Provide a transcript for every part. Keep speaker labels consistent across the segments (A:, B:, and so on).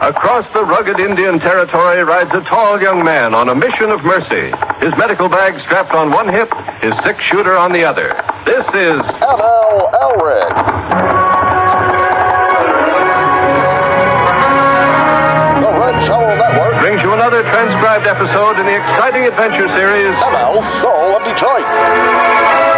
A: Across the rugged Indian territory rides a tall young man on a mission of mercy. His medical bag strapped on one hip, his six shooter on the other. This is
B: ML Elric. The Red Shovel Network,
A: brings you another transcribed episode in the exciting adventure series.
B: ML Soul of Detroit.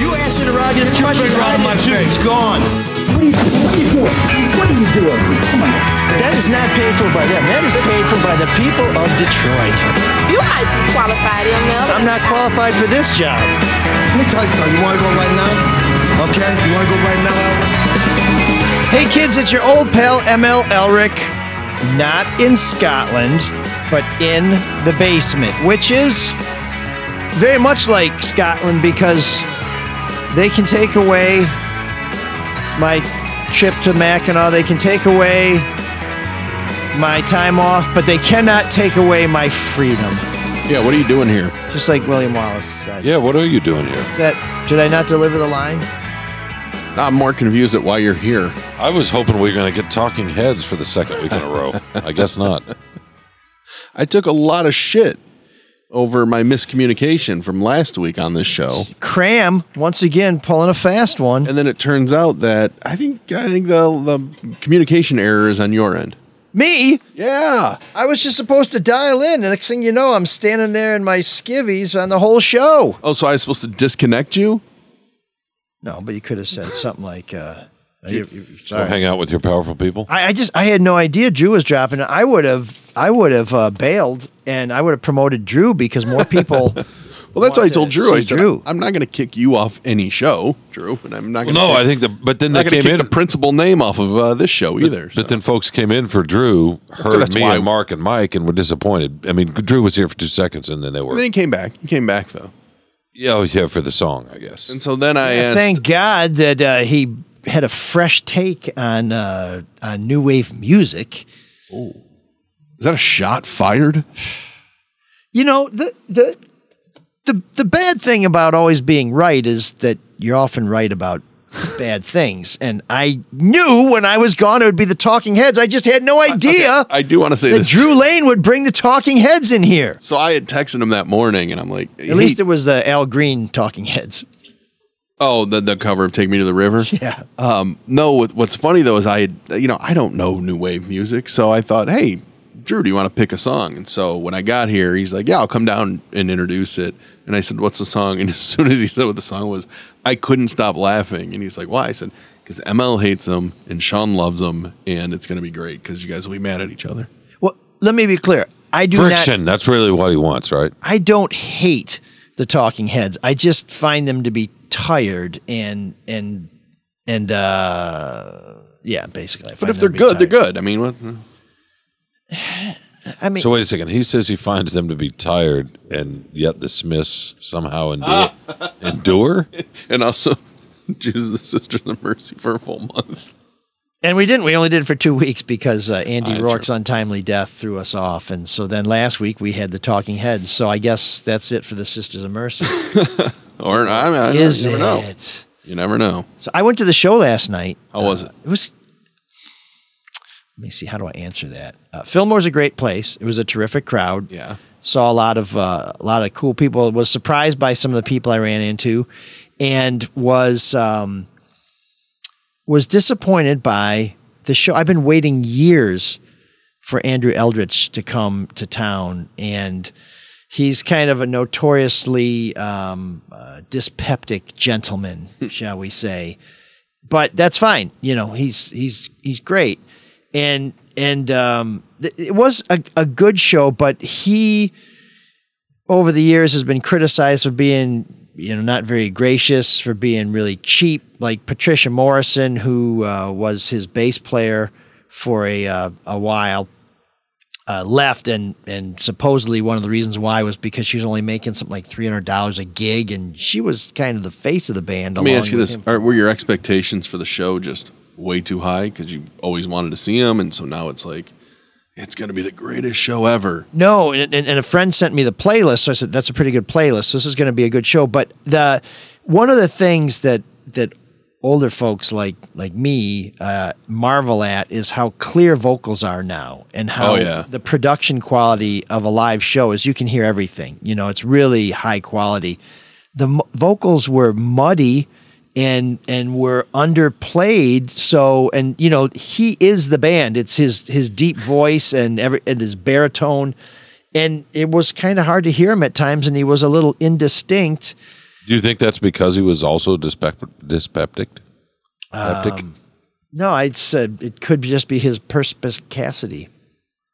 C: You asked it around your country, around my food. It's gone.
D: What are you, what are you doing? What are you doing? Come on.
C: That is not paid for by them. That is paid for by the people of Detroit.
E: You might qualified ML.
C: I'm not qualified for this job.
F: Let me tell you something. You want to go right now? Okay? You want to go right now?
C: Hey kids, it's your old pal ML Elric, not in Scotland, but in the basement, which is very much like Scotland because they can take away my trip to Mackinac, they can take away my time off, but they cannot take away my freedom.
G: Yeah, what are you doing here?
C: Just like William Wallace said.
G: Yeah, what are you doing here?
C: Is That, did I not deliver the line?
G: I'm more confused at why you're here.
H: I was hoping we were going to get talking heads for the second week in a row. I guess not.
G: I took a lot of shit over my miscommunication from last week on this show.
C: Cram once again pulling a fast one.
G: And then it turns out that I think I think the the communication error is on your end.
C: Me?
G: Yeah.
C: I was just supposed to dial in, and next thing you know, I'm standing there in my skivvies on the whole show.
G: Oh, so I was supposed to disconnect you?
C: No, but you could have said something like, uh, you- you-
H: Don't hang out with your powerful people.
C: I, I just I had no idea Drew was dropping. I would have I would have uh, bailed, and I would have promoted Drew because more people.
G: Well, that's what I
C: Want
G: told
C: to
G: Drew. I
C: see
G: said,
C: Drew.
G: I'm not going to kick you off any show, Drew, and I'm not going to.
H: no, I think the but then
G: not going
H: they
G: to
H: came
G: kick
H: in.
G: the principal name off of uh, this show either. so.
H: but then folks came in for Drew,
G: that's
H: heard me
G: why-
H: and Mark and Mike, and were disappointed. I mean, Drew was here for two seconds, and then they
G: And then
H: were
G: he came back. He came back though,
H: yeah, oh, yeah for the song, I guess.
G: and so then I asked.
C: Thank God that uh, he had a fresh take on uh, on new wave music.
G: Is that a shot fired?
C: You know the the the the bad thing about always being right is that you're often right about bad things. And I knew when I was gone it would be the Talking Heads. I just had no idea
G: I do want to say
C: that
G: this.
C: Drew Lane would bring the Talking Heads in here.
G: So I had texted him that morning, and I'm like,
C: At least it was the Al Green Talking Heads.
G: oh, the the cover of "Take Me to the River."
C: Yeah.
G: Um, no, what, what's funny though is I, had, you know, I don't know new wave music, so I thought, hey, Drew, do you want to pick a song? And so when I got here, he's like, yeah, I'll come down and introduce it. And I said, what's the song? And as soon as he said what the song was, I couldn't stop laughing. And he's like, why? I said, because ML hates him and Sean loves him, and it's gonna be great because you guys will be mad at each other.
C: Well, let me be clear. I do not
H: Friction. that's really what he wants, right?
C: I don't hate the Talking Heads. I just find them to be tired and and and uh yeah, basically. I
G: But
C: find
G: if they're
C: them to be
G: good, they're
C: tired.
G: good. I mean, what?
C: I mean,
H: So wait a second. He says he finds them to be tired and yet the Smiths somehow endure. endure?
G: and also choose the Sisters of Mercy for a full month.
C: And we didn't. We only did it for two weeks because uh, Andy
G: Ah,
C: Rourke's untimely death threw us off. And so then last week we had the Talking Heads. So I guess that's it for the Sisters of Mercy.
G: Or I mean, I don't-
C: Is
G: you
C: it?
G: never know. You never know.
C: So I went to the show last night. Uh,
G: How was it?
C: It was. Let me see. How do I answer that? Uh, Fillmore's a great place. It was a terrific crowd.
G: Yeah.
C: Saw a lot of uh, a lot of cool people. Was surprised by some of the people I ran into, and was um, was disappointed by the show. I've been waiting years for Andrew Eldritch to come to town, and he's kind of a notoriously um, uh, dyspeptic gentleman, shall we say but that's fine. You know, he's he's he's great, and and um, th- it was a, a good show. But he, over the years, has been criticized for being you know not very gracious, for being really cheap. Like Patricia Morrison, who uh, was his bass player for a uh, a while. Uh, left and and supposedly one of the reasons why was because she was only making something like three hundred dollars a gig, and she was kind of the face of the band.
G: Let me
C: along
G: ask you
C: with
G: this:
C: him.
G: Are, Were your expectations for the show just way too high because you always wanted to see him, and so now it's like it's going to be the greatest show ever?
C: No, and, and, and a friend sent me the playlist. So I said, "That's a pretty good playlist. So this is going to be a good show." But the one of the things that that older folks like like me uh, marvel at is how clear vocals are now and how
G: Oh, yeah.
C: the production quality of a live show is you can hear everything you know it's really high quality the m- vocals were muddy and and were underplayed so and you know he is the band it's his his deep voice and every and his baritone and it was kind of hard to hear him at times and he was a little indistinct
H: Do you think that's because he was also dyspep- dyspeptic? Peptic?
C: No, I said it could just be his perspicacity.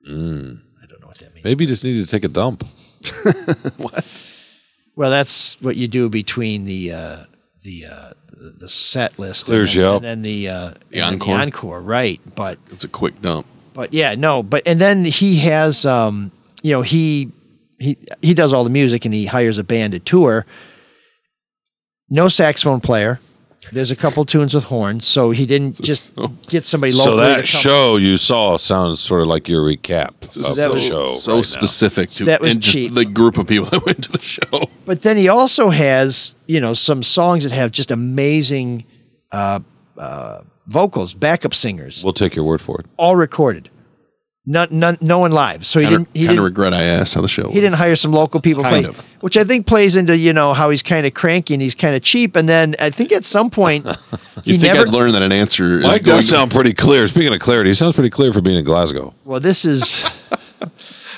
C: I don't know what that means.
H: Maybe he just needed to take a dump.
C: Well, that's what you do between the uh, the uh, the- the set list
H: Clears
C: and, then-
H: you up.
C: and then the uh,
G: The
C: and then
G: encore.
C: encore, right? But
G: It's a quick dump.
C: but yeah, no, but and then he has um, you know, he he he does all the music and he hires a band to tour. No saxophone player. There's a couple tunes with horns, so he didn't just get somebody locally.
H: So
C: to
H: that
C: come-
H: show you saw sounds sort of like your recap of
C: That
H: the
C: was-
H: show.
G: so
H: Oh, right now.
G: specific to
C: That was
G: and just
C: cheap.
G: the group of people that went to the show.
C: But then he also has, you know, some songs that have just amazing uh, uh, vocals, backup singers,
H: We'll take your word for it.
C: all recorded. None, none, no one live. So he
G: Kind
C: didn't. He
G: of
C: didn't.
G: regret I asked how the show.
C: he didn't hire some local people to
G: Kind
C: play,
G: of.
C: which I think plays into you know how he's kind of cranky and he's kind of cheap. And then I think at some point he
G: You think
C: never.
G: I'd learn that an answer is
H: Mike
G: going
H: does sound pretty clear. Speaking of clarity, he sounds pretty clear for being in Glasgow.
C: well, this is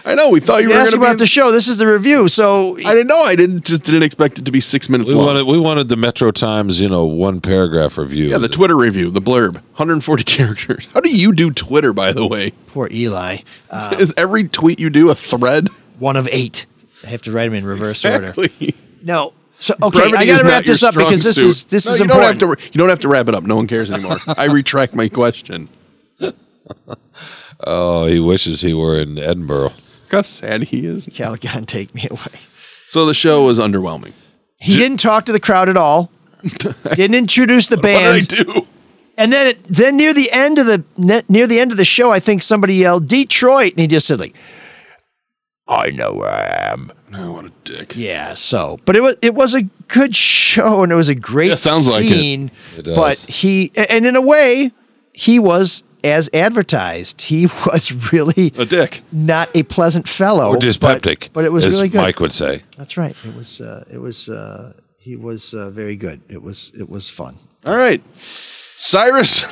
G: I know. We thought you,
C: you
G: were
C: asked
G: going
C: about
G: to
C: the
G: be.
C: show. This is the review. So
G: I didn't know. I didn't just didn't expect it to be six minutes
H: We
G: long.
H: wanted we wanted the Metro Times, you know, one paragraph review.
G: yeah, the Twitter review, the blurb, 140 characters. How do you do Twitter, by the way?
C: poor Eli, uh,
G: is every tweet you do a thread?
C: one of eight. I have to write him in reverse order.
G: Exactly.
C: No. So okay, I
G: Brevity
C: got
G: is
C: to
G: not
C: wrap
G: your
C: this up
G: strong
C: because this
G: suit.
C: is this
G: No,
C: is
G: you
C: important.
G: Don't have to, you don't have to wrap it up. No one cares anymore. I retract my question.
H: Oh, he wishes he were in Edinburgh.
G: Look how sad he is.
C: Caligon, take me away.
G: So the show was underwhelming.
C: He didn't talk to the crowd at all. didn't introduce the
G: What
C: band.
G: did I do?
C: And then it, then near the end of the ne- near the end of the show, I think somebody yelled Detroit, and he just said like, "I know where I am."
G: Oh, what a dick.
C: Yeah. So, but it was it was a good show, and it was a great
G: it sounds like it.
C: scene.
H: It does.
C: But he a- and in a way, he was as advertised. He was really
G: A dick.
C: not a pleasant fellow
H: Or
C: but-
H: dyspeptic.
C: but, it was
H: as
C: really good.
H: Mike would say.
C: That's right. It was. Uh, it was. Uh, he was uh, very good. It was. It was fun.
G: All right. Cyrus,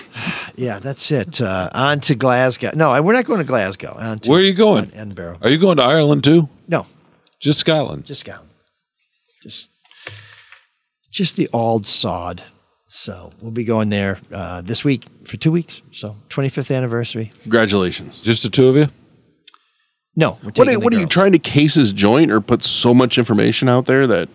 C: Yeah, that's it. Uh, on to Glasgow. No, I, we're not going to Glasgow. On to,
H: Where are you going?
C: On Edinburgh.
H: Are you going to Ireland too?
C: No,
H: Just Scotland.
C: just Scotland. Just, just the old sod. So we'll be going there uh, this week for two weeks. So 25th anniversary.
G: congratulations.
H: Just the two of you?
C: No, we're taking
G: What, are-
C: the
G: what are you
C: girls.
G: trying to case his joint or put so much information out there that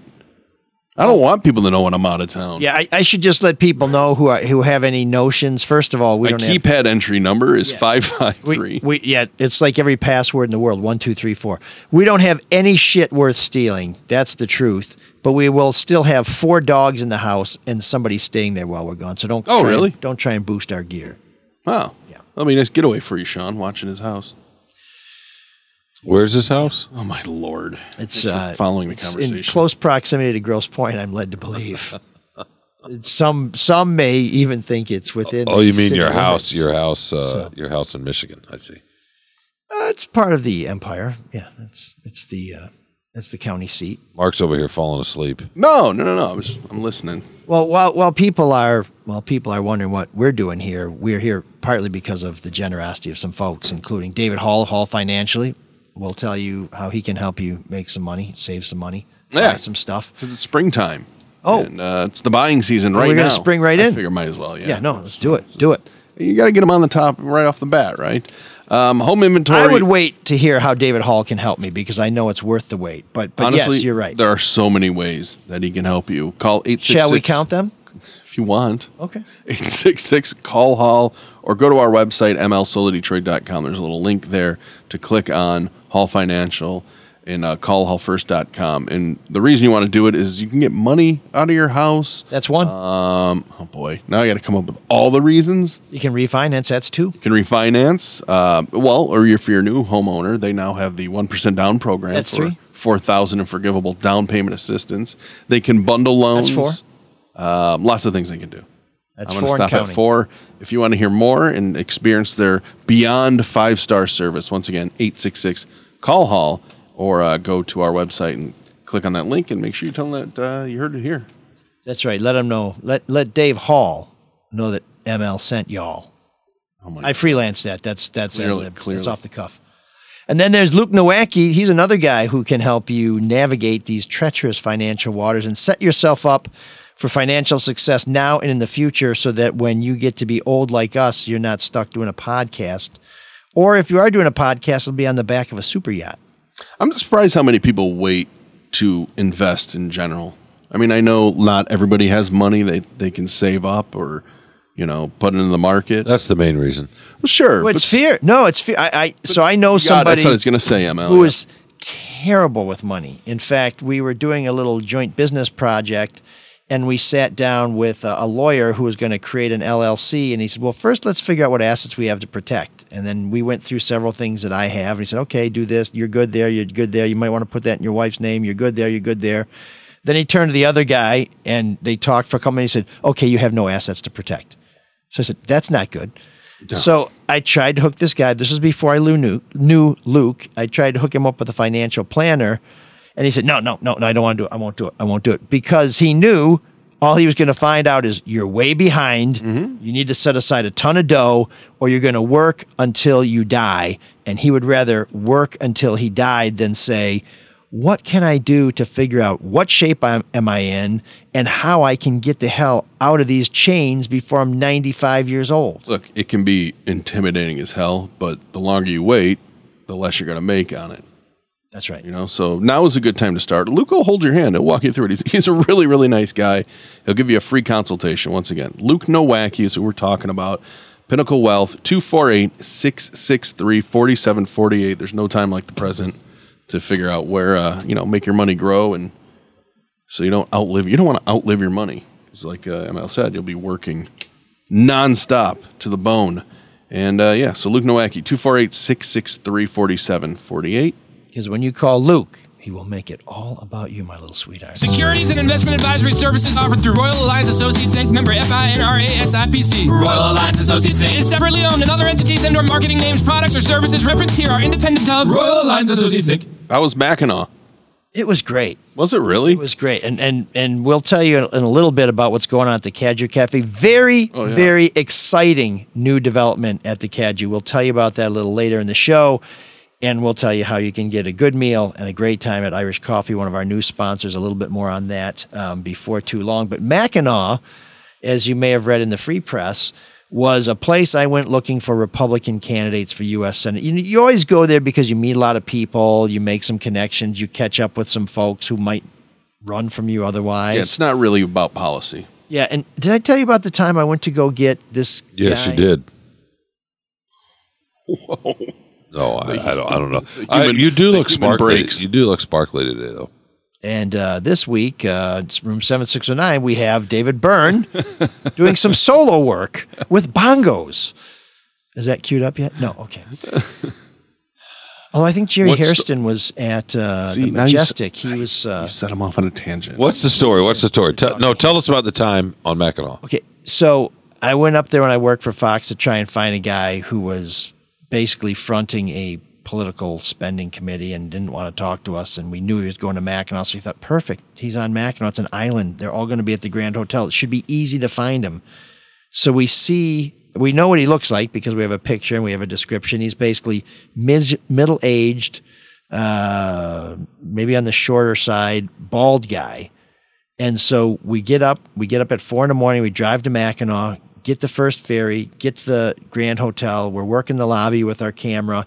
G: I don't want people to know when I'm out of town?
C: Yeah, I, I should just let people know who are, who have any notions. First of all, we
G: My
C: don't have
G: keypad entry number is 553.
C: We, we yeah, it's like every password in the world. One, two, three, four. We don't have any shit worth stealing. That's the truth. But we will still have four dogs in the house and somebody staying there while we're gone. So don't.
G: Oh,
C: try
G: really?
C: And, don't try and boost our gear.
G: wow.
C: Yeah.
G: That'll be a nice getaway for you, Sean, watching his house.
H: Where's this house?
G: Oh, my Lord.
C: It's
G: Thanks for
C: uh,
G: following the
C: it's in
G: conversation.
C: close proximity to Gross Point. I'm led to believe. It's some some may even think it's within.
H: Oh,
C: the
H: you mean
C: city
H: your house,
C: limits.
H: your house, uh,
C: So-
H: your house in Michigan. I see.
C: Uh, it's part of the empire. Yeah, it's it's the uh, it's the county seat.
H: Mark's over here falling asleep.
G: no, no, no, no. I'm, just, I'm listening.
C: Well, while while people are while people are wondering what we're doing here, we're here partly because of the generosity of some folks, including David Hall, Hall Financially. will tell you how he can help you make some money, save some money,
G: Yeah.
C: buy some stuff.
G: 'Cause It's springtime.
C: Oh.
G: And, uh, it's the buying season right
C: we're
G: now.
C: gonna spring right
G: I
C: in.
G: figure might as well. Yeah.
C: Yeah, no, let's do it. Do it.
G: You got to get them on the top right off the bat, right? Um, home inventory.
C: I would wait to hear how David Hall can help me because I know it's worth the wait. But but
G: Honestly,
C: yes, you're right.
G: There are so many ways that he can help you. Call 866
C: Shall we count them?
G: if you want.
C: Okay.
G: 866 call hall or go to our website mlsoladetroit.com there's a little link there to click on hall financial and uh, callhallfirst.com and the reason you want to do it is you can get money out of your house
C: That's one.
G: um oh boy now i gotta come up with all the reasons
C: you can refinance. That's two.
G: you can refinance uh, well or if you're a new homeowner they now have the 1% down program
C: That's
G: for
C: three.
G: 4000 in forgivable down payment assistance they can bundle loans
C: That's four.
G: um, lots of things they can do
C: That's
G: I'm going to
C: four and
G: stop at
C: counting.
G: four. If you want to hear more and experience their beyond five star service, once again, 866 Call Hall, or uh, go to our website and click on that link and make sure you tell them that uh, you heard it here.
C: That's right. Let them know. Let let Dave Hall know that ML sent y'all.
G: Oh my
C: I freelanced that. That's that's
G: Clearly,
C: ad-lib.
G: clearly.
C: That's off the cuff. And then there's Luke Nowacki. He's another guy who can help you navigate these treacherous financial waters and set yourself up for financial success now and in the future so that when you get to be old like us, you're not stuck doing a podcast. Or if you are doing a podcast, it'll be on the back of a super yacht.
G: I'm surprised how many people wait to invest in general. I mean, I know not everybody has money they, they can save up or, you know, put into the market.
H: That's the main reason.
G: Well, sure.
C: Well, it's fear. No, it's fear. I, I so I know
G: God,
C: somebody
G: that's what I was going to say, ML.
C: who
G: yeah.
C: is terrible with money. In fact, we were doing a little joint business project and we sat down with a, a lawyer who was going to create an LLC. And he said, Well, first, let's figure out what assets we have to protect. And then we went through several things that I have. And he said, Okay, do this. You're good there. You're good there. You might want to put that in your wife's name. You're good there. You're good there. Then he turned to the other guy and they talked for a couple minutes. He said, Okay, you have no assets to protect. So I said, that's not good. So I tried to hook this guy. This was before I knew, Nu- knew Luke. I tried to hook him up with a financial planner. And he said, no, no, no, no, I don't want to do it. I won't do it. I won't do it. Because he knew all he was going to find out is you're way behind. You need to set aside a ton of dough or you're going to work until you die. And he would rather work until he died than say, what can I do to figure out what shape I'm, am I in and how I can get the hell out of these chains before I'm 95 years old?
G: look, it can be intimidating as hell, but the longer you wait, the less you're going to make on it.
C: That's right.
G: You know, so now is a good time to start. Luke will hold your hand. He'll walk you through it. He's, he's a really, really nice guy. He'll give you a free consultation. Once again, Luke Nowacki is who we're talking about. Pinnacle Wealth, 248 663 4748. There's no time like the present to figure out where, uh, you know, make your money grow. And so you don't outlive, you don't want to outlive your money. It's like uh, ML said, you'll be working nonstop to the bone. And uh, yeah, so Luke Nowacki, 248 663 4748.
C: Because when you call Luke, he will make it all about you, my little sweetheart.
I: Securities and investment advisory services offered through Royal Alliance Associates Inc. Member FINRA SIPC. Royal Alliance Associates Inc. is separately owned, and other entities and/or marketing names, products, or services referenced here are independent of Royal Alliance Associates Inc.
G: That was Mackinac.
C: It was great.
G: Was it really?
C: It was great. And and and we'll tell you in a little bit about what's going on at the Cadger Cafe. Very,
G: Oh, yeah.
C: very exciting new development at the Cadger. We'll tell you about that a little later in the show. And we'll tell you how you can get a good meal and a great time at Irish Coffee, one of our new sponsors. A little bit more on that um, before too long. But Mackinac, as you may have read in the free press, was a place I went looking for Republican candidates for U.S. Senate. You, you always go there because you meet a lot of people, you make some connections, you catch up with some folks who might run from you otherwise.
G: yeah, it's not really about policy.
C: Yeah, and did I tell you about the time I went to go get this?
H: Yes,
C: guy?
H: you did. No, I, I don't. I don't know. I-
G: human-
H: you do
G: the
H: look
G: human
H: sparkly.
G: breaks.
H: You do look sparkly today, though.
C: And uh, this week, uh, it's room seven six zero nine. We have David Byrne doing some solo work with bongos. Is that queued up yet? No. Okay. Oh, I think Jerry
G: What's the-
C: Hairston was at uh,
G: See,
C: the
G: now you s-
C: Majestic. He was uh,
G: Set him off on a tangent.
H: What's the story? What's the story? Tell, no, tell us about the time on Mackinac.
C: Okay, so I went up there when I worked for Fox to try and find a guy who was basically fronting a political spending committee and didn't want to talk to us. And we knew he was going to Mackinac, so we thought, perfect, he's on Mackinac. It's an island. They're all going to be at the Grand Hotel. It should be easy to find him. So we see, we know what he looks like because we have a picture and we have a description. He's basically mid, middle aged, uh, maybe on the shorter side, bald guy. And so we get up, we get up at four in the morning, we drive to Mackinac, get the first ferry, get to the Grand Hotel. We're working the lobby with our camera.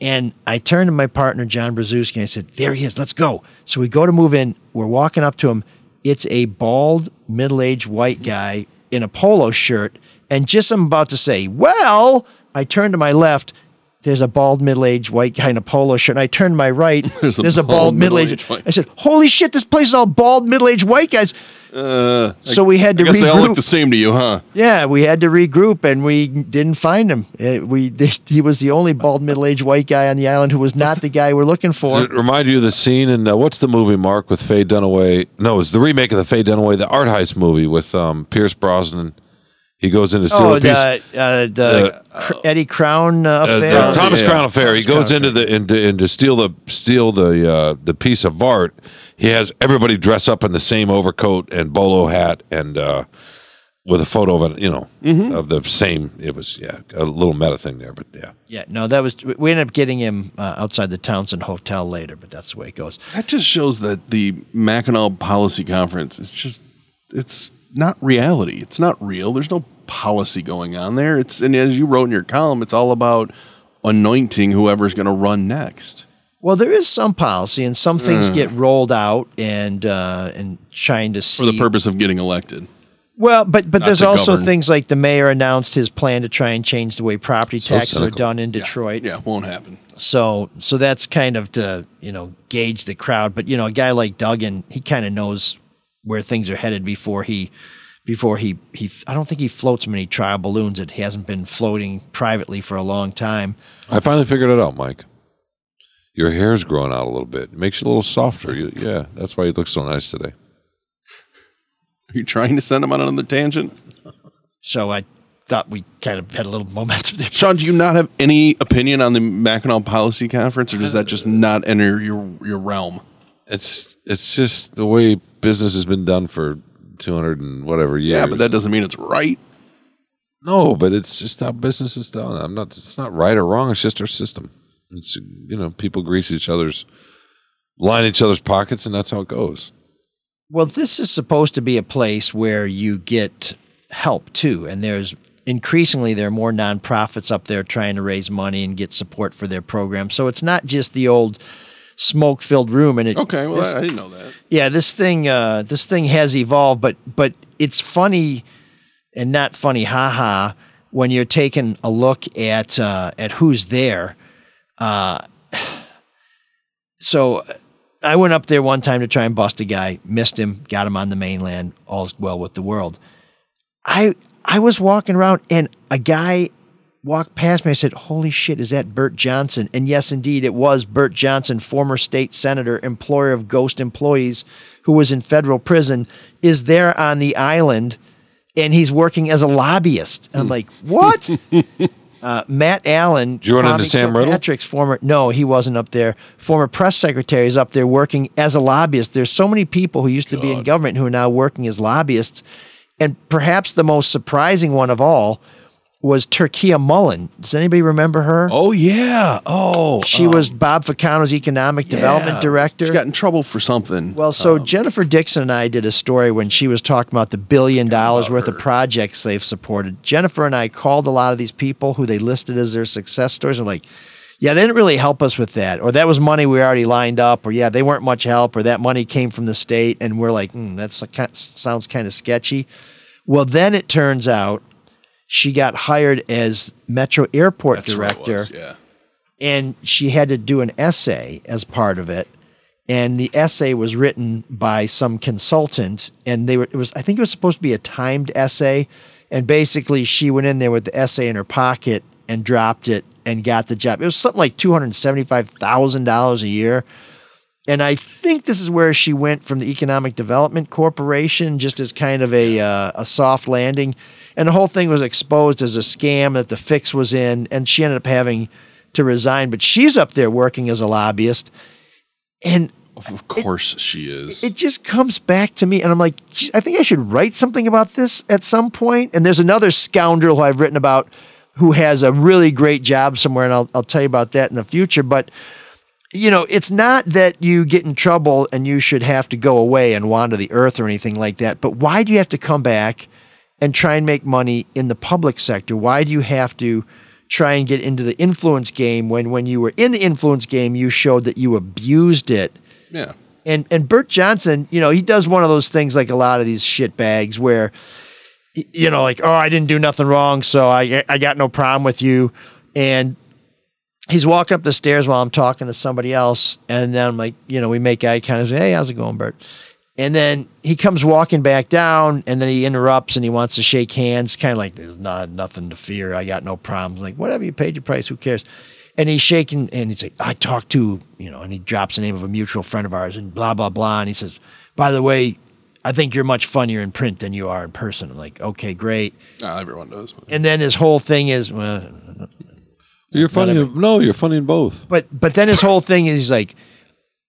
C: And I turned to my partner, John Brzezinski, and I said, There he is, let's go. So we go to move in, we're walking up to him. It's a bald, middle aged white guy in a polo shirt. And just I'm about to say, Well, I turn to my left, there's a bald, middle aged white guy in a polo shirt. And I turn to my right,
G: There's a
C: there's a
G: bald,
C: bald, middle
G: middle-aged
C: aged.
G: white-
C: I said, "Holy shit! This place is all bald middle-aged white guys."
G: Uh,
C: So we had to
G: I guess they all
C: regroup.
G: look the same to you, huh?
C: Yeah, we had to regroup, and we didn't find him. Eh, we he was the only bald middle-aged white guy on the island who was not the guy we're looking
H: Does
C: for.
H: it remind you of the scene in uh, what's the movie Mark with Faye Dunaway? No, it's the remake of the Faye Dunaway, the art heist movie with um, Pierce Brosnan. He goes in to steal
C: Oh,
H: a piece.
C: the, uh, the Cr- Eddie Crown uh,
H: uh, the
C: affair.
H: Thomas
G: Yeah.
H: Crown affair. He
C: Thomas
H: goes into the into, into steal the steal the uh, the piece of art. He has everybody dress up in the same overcoat and bolo hat and uh, with a photo of it, you know, of the same. It was yeah, a little meta thing there, but yeah.
C: Yeah, no, that was we ended up getting him uh, outside the Townsend Hotel later, but that's the way it goes.
G: That just shows that the Mackinac Policy Conference is just, it's not reality. It's not real. There's no policy going on there. It's, and as you wrote in your column, it's all about anointing whoever's going to run next.
C: Well, there is some policy, and some
G: Mm.
C: things get rolled out, and uh, and trying to see
G: for the purpose of getting elected.
C: Well, but but there's
G: to
C: also
G: govern.
C: things like the mayor announced his plan to try and change the way property taxes are
H: cynical.
C: done in Detroit.
G: Yeah, won't happen.
C: So so that's kind of to you know gauge the crowd. But you know, a guy like Duggan, he kind of knows where things are headed before he before he he. I don't think he floats many trial balloons. It hasn't been floating privately for a long time.
H: I finally figured it out, Mike. Your hair's growing out a little bit. It makes you a little softer. You, yeah, that's why you look so nice today.
G: Are you trying to send him on another tangent?
C: So I thought we kind of had a little momentum there.
G: Sean, do you not have any opinion on the Mackinac Policy Conference, or does that just not enter your, your realm?
H: It's it's just the way business has been done for two hundred and whatever years.
G: Yeah, but that doesn't mean it's right.
H: No, but it's just how business is done. I'm not. It's not right or wrong. It's just our system. It's you know people grease each other's, line each other's pockets, and that's how it goes.
C: Well, this is supposed to be a place where you get help too, and there's increasingly there are more nonprofits up there trying to raise money and get support for their program. So it's not just the old smoke-filled room. And it,
G: Okay, well,
C: this-
G: I, I didn't know that.
C: yeah, this thing uh, this thing has evolved, but but it's funny and not funny, haha. When you're taking a look at uh, at who's there, Uh, so I went up there one time to try and bust a guy, missed him, got him on the mainland. All's well with the world. I I was walking around and a guy walked past me. I said, "Holy shit, is that Bert Johnson?" And yes, indeed, it was Bert Johnson, former state senator, employer of ghost employees, who was in federal prison, is there on the island, and he's working as a lobbyist. And I'm like, what? Uh, Matt Allen,
H: you run into
C: Kwame
H: Sam Riddle?
C: Kilpatrick's former no, he wasn't up there. Former press secretary is up there working as a lobbyist. There's so many people who used to be in government who are now working as lobbyists, and perhaps the most surprising one of all was Turkia Mullen. Does anybody remember her?
G: Oh yeah. Oh,
C: she
H: uh-huh.
C: was Bob Ficano's economic development director.
G: She got in trouble for something.
C: Well, so Jennifer Dixon and I did a story when she was talking about the billion dollars worth of projects they've supported. Jennifer and I called a lot of these people who they listed as their success stories and like, yeah, they didn't really help us with that, or that was money we already lined up, or yeah, they weren't much help, or that money came from the state, and we're like, mm, that sounds kind of sketchy. Well, then it turns out she got hired as Metro Airport director
G: yeah.
C: and she had to do an essay as part of it and the essay was written by some consultant and they were it was i think it was supposed to be a timed essay and basically she went in there with the essay in her pocket and dropped it and got the job it was something like $275000 a year and i think this is where she went from the economic development corporation just as kind of a, uh, a soft landing and the whole thing was exposed as a scam that the fix was in and she ended up having to resign but she's up there working as a lobbyist and
G: Of course she is.
C: it just comes back to me and i'm like "Geez, i think i should write something about this at some point and there's another scoundrel who i've written about who has a really great job somewhere and i'll, I'll tell you about that in the future but you know it's not that you get in trouble and you should have to go away and wander the earth or anything like that but why do you have to come back and try and make money in the public sector why do you have to try and get into the influence game when when you were in the influence game you showed that you abused it
G: yeah.
C: and and Bert Johnson, you know, he does one of those things like a lot of these shit bags where, y- you know, like oh, I didn't do nothing wrong, so I I got no problem with you, and he's walking up the stairs while I'm talking to somebody else, and then I'm like, you know, we make eye contact, hey, how's it going, Bert? And then he comes walking back down, and then he interrupts and he wants to shake hands, kind of like there's not nothing to fear. I got no problems. Like whatever you paid your price, who cares? And he's shaking, and he's like, I talked to you know, and he drops the name of a mutual friend of ours, and blah blah blah, and he says, by the way, I think you're much funnier in print than you are in person. I'm like, okay, great.
G: Ah, everyone does.
C: And then his whole thing is, well,
H: You're funny. in- no, you're funny in both.
C: but but then his whole thing is like,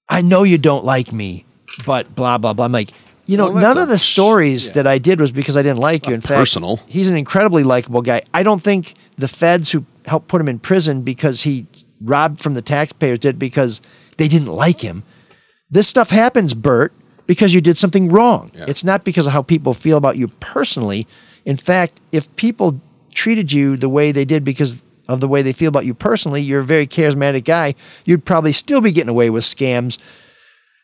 C: I know you don't like me, but blah blah blah. I'm like, you know,
G: Well, that's
C: none of
G: a-
C: the stories that I did was because I didn't like you. In fact,
G: personal.
C: he's an incredibly likable guy. I don't think the feds who helped put him in prison because he robbed from the taxpayers did because they didn't like him. This stuff happens, Bert, because you did something wrong. It's not because of how people feel about you personally. In fact, if people treated you the way they did because of the way they feel about you personally, you're a very charismatic guy, you'd probably still be getting away with scams.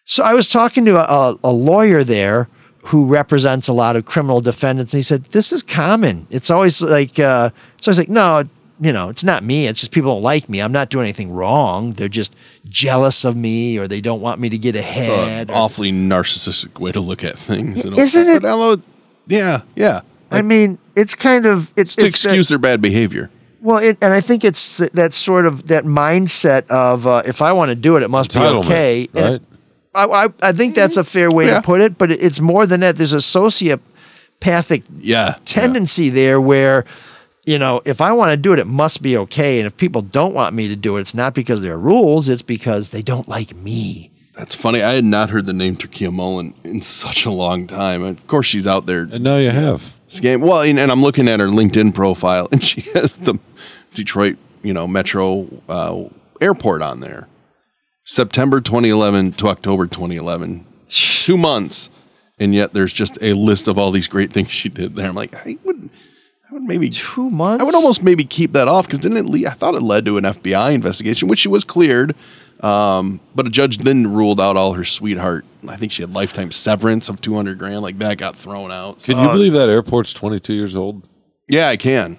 C: So I was talking to a, a lawyer there who represents a lot of criminal defendants, and he said, "This is common. It's always like." Uh, so I was like, "No, you know, it's not me. It's just people don't like me. I'm not doing anything wrong. They're just jealous of me, or they don't want me to get ahead."
G: An
C: or-
G: awfully narcissistic way to look at things. And
C: Isn't it-
G: But hello- yeah, yeah.
C: I mean, it's kind of it's,
G: To
C: it's that-
G: excuse their bad behavior.
C: well, it, and I think it's th- that sort of that mindset of uh, if I want to do it, it must be
H: Entitlement,
C: okay. And
H: right?
C: I, I, I think that's a fair way
G: Yeah.
C: to put it, but it- it's more than that. There's a sociopathic
G: Yeah.
C: tendency there where you know if i want to do it it must be okay and if people don't want me to do it it's not because there are rules it's because they don't like me
G: That's funny. I had not heard the name Turkia Mullen in such a long time. And Of course, she's out there
H: And now you have.
G: scam. Well, and, and I'm looking at her LinkedIn profile, and she has the Detroit, you know, Metro uh, airport on there. September 2011 to October 2011, two months, and yet there's just a list of all these great things she did there. I'm like, I would, I would maybe
C: two months
G: I would almost maybe keep that off because didn't it lead? I thought it led to an FBI investigation, which she was cleared. Um, but a judge then ruled out all her sweetheart. I think she had lifetime severance of two hundred grand. Like that got thrown out. So-
H: Can you believe that airport's 22 years old?
G: yeah, I can.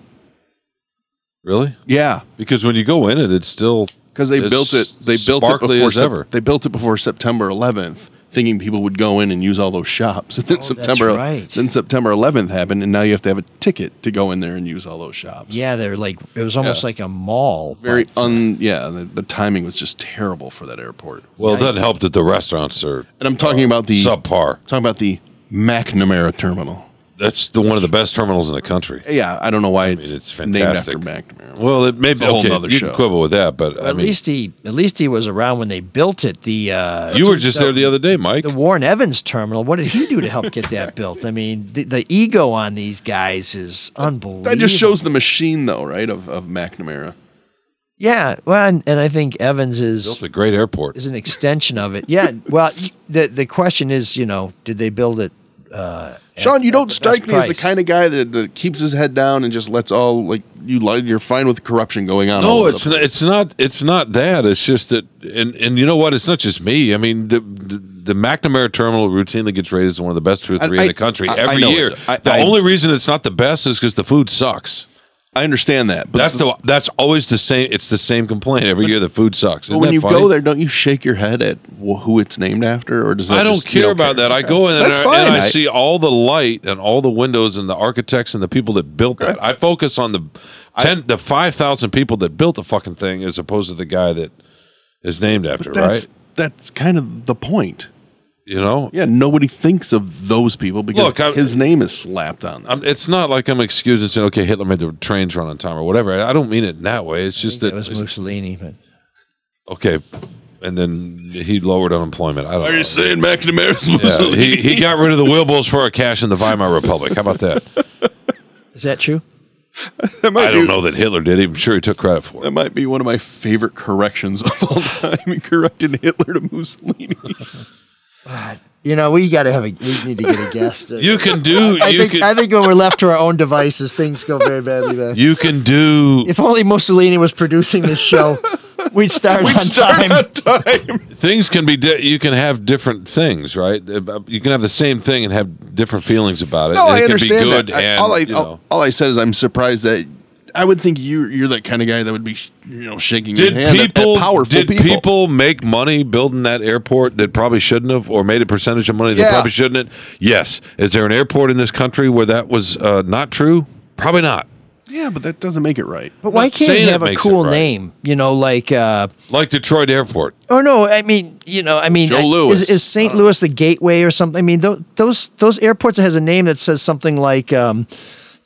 H: Really?
G: Yeah,
H: Because when you go in it, it's still
G: because they
H: as
G: built it. They built it
H: sparkly
G: before.
H: as
G: Sep-
H: ever.
G: They built it before September 11th, thinking people would go in and use all those shops. And then September,
C: Oh, right.
G: then September 11th happened, and now you have to have a ticket to go in there and use all those shops.
C: yeah they're like it was almost
G: Yeah.
C: like a mall
G: very
C: but-
G: un. Yeah, the, the timing was just terrible for that airport.
H: well, it doesn't help that the restaurants are
G: And I'm talking about the
H: subpar.
G: talking about the McNamara terminal.
H: That's the one of the best terminals in the country.
G: Yeah, I don't know why
H: mean,
G: it's,
H: it's fantastic.
G: named after McNamara.
H: Well, it may
G: It's
H: be
G: a whole
H: okay.
G: nother
H: you
G: show.
H: can quibble with that, but I
C: at
H: mean,
C: least he at least he was around when they built it the uh
H: you were just there the other day, Mike.
C: the Warren Evans terminal. What did he do to help get that built? I mean, the, the ego on these guys is unbelievable.
G: that just shows the machine, though, right? Of of McNamara.
C: Yeah, well, and, and I think Evans is
H: Built a great airport.
C: is an extension of it. Yeah. Well, the the question is, you know, did they build it? Uh,
G: Sean, you don't
C: best
G: strike me as the
C: price?
G: kind of guy that, that keeps his head down and just lets all like you. li- You're fine with corruption going on. all
H: No,
G: over
H: it's
G: the
H: not,
G: place.
H: it's not it's not that. It's just that, and and you know what? It's not just me. I mean, the the, the McNamara terminal routinely gets rated as one of the best two or
G: I-
H: three
G: I-
H: in the country
G: I- I
H: every
G: know it.
H: year.
G: I-
H: the
G: I-
H: only reason it's not the best is because the food sucks.
G: I understand that, but
H: That's the that's always the same. It's the same complaint every year. The food sucks.
G: but
H: Isn't
G: when
H: that
G: you
H: funny?
G: go there, don't you shake your head at wh- who it's named after, or does that
H: I don't
G: just- you
H: care about that. I
G: Okay.
H: go in there
G: That's
H: and,
G: fine.
H: I, see all the light and all the windows and the architects and the people that built that. I focus on the ten, the five thousand people that built the fucking thing, as opposed to the guy that is named after.
G: That's
H: Right?
G: that's kind of the point.
H: You know,
G: Yeah, nobody thinks of those people because
H: Look, I-
G: his name is slapped on. Them.
H: I'm, it's not like I'm excusing saying, okay, Hitler made the trains run on time or whatever. I, I don't mean it in that way. It's just
C: That
H: that
C: was Mussolini, but
H: okay, and then he lowered unemployment. I don't. know.
G: saying McNamara's
H: Yeah, he, he got rid of the wheelbills for our cash in the Weimar Republic. How about that?
C: is that true?
H: I don't know that Hitler did. I'm sure he took credit for it.
G: That might be one of my favorite corrections of all time. He corrected Hitler to Mussolini.
C: You know, we got to have a. We need to get a guest.
H: You can do.
C: I
H: you
C: think
H: can,
C: I think when we're left to our own devices, things go very badly. Man.
H: You can do
C: If only Mussolini was producing this show, we'd start on time.
H: things can be di- you can have different things, right? Uh, You can have the same thing and have different feelings about it.
G: No,
H: and
G: I
H: it
G: understand
H: can be good
G: that. I-
H: and
G: all I
H: you know,
G: all, all I said is I'm surprised that I would think you you're that kind of guy that would be sh- you know shaking
H: Did
G: his hand at-
H: people
G: at, powerful
H: did people.
G: people.
H: make money building that airport that probably shouldn't have, or made a percentage of money that
G: Yeah.
H: probably shouldn't? Have? Yes. Is there an airport in this country where that was uh, not true? Probably not.
G: Yeah, but that doesn't make it right.
C: But why
H: Not
C: can't
H: saying
C: it
H: it
C: have a
H: makes
C: cool
H: it right.
C: name? You know, like uh,
H: Like Detroit Airport.
C: oh no, I mean, you know, I mean,
H: Joe Uh-huh.
C: I-
H: Louis.
C: is, is St. Louis the gateway or something? I mean, tho- those those airports that has a name that says something like, um,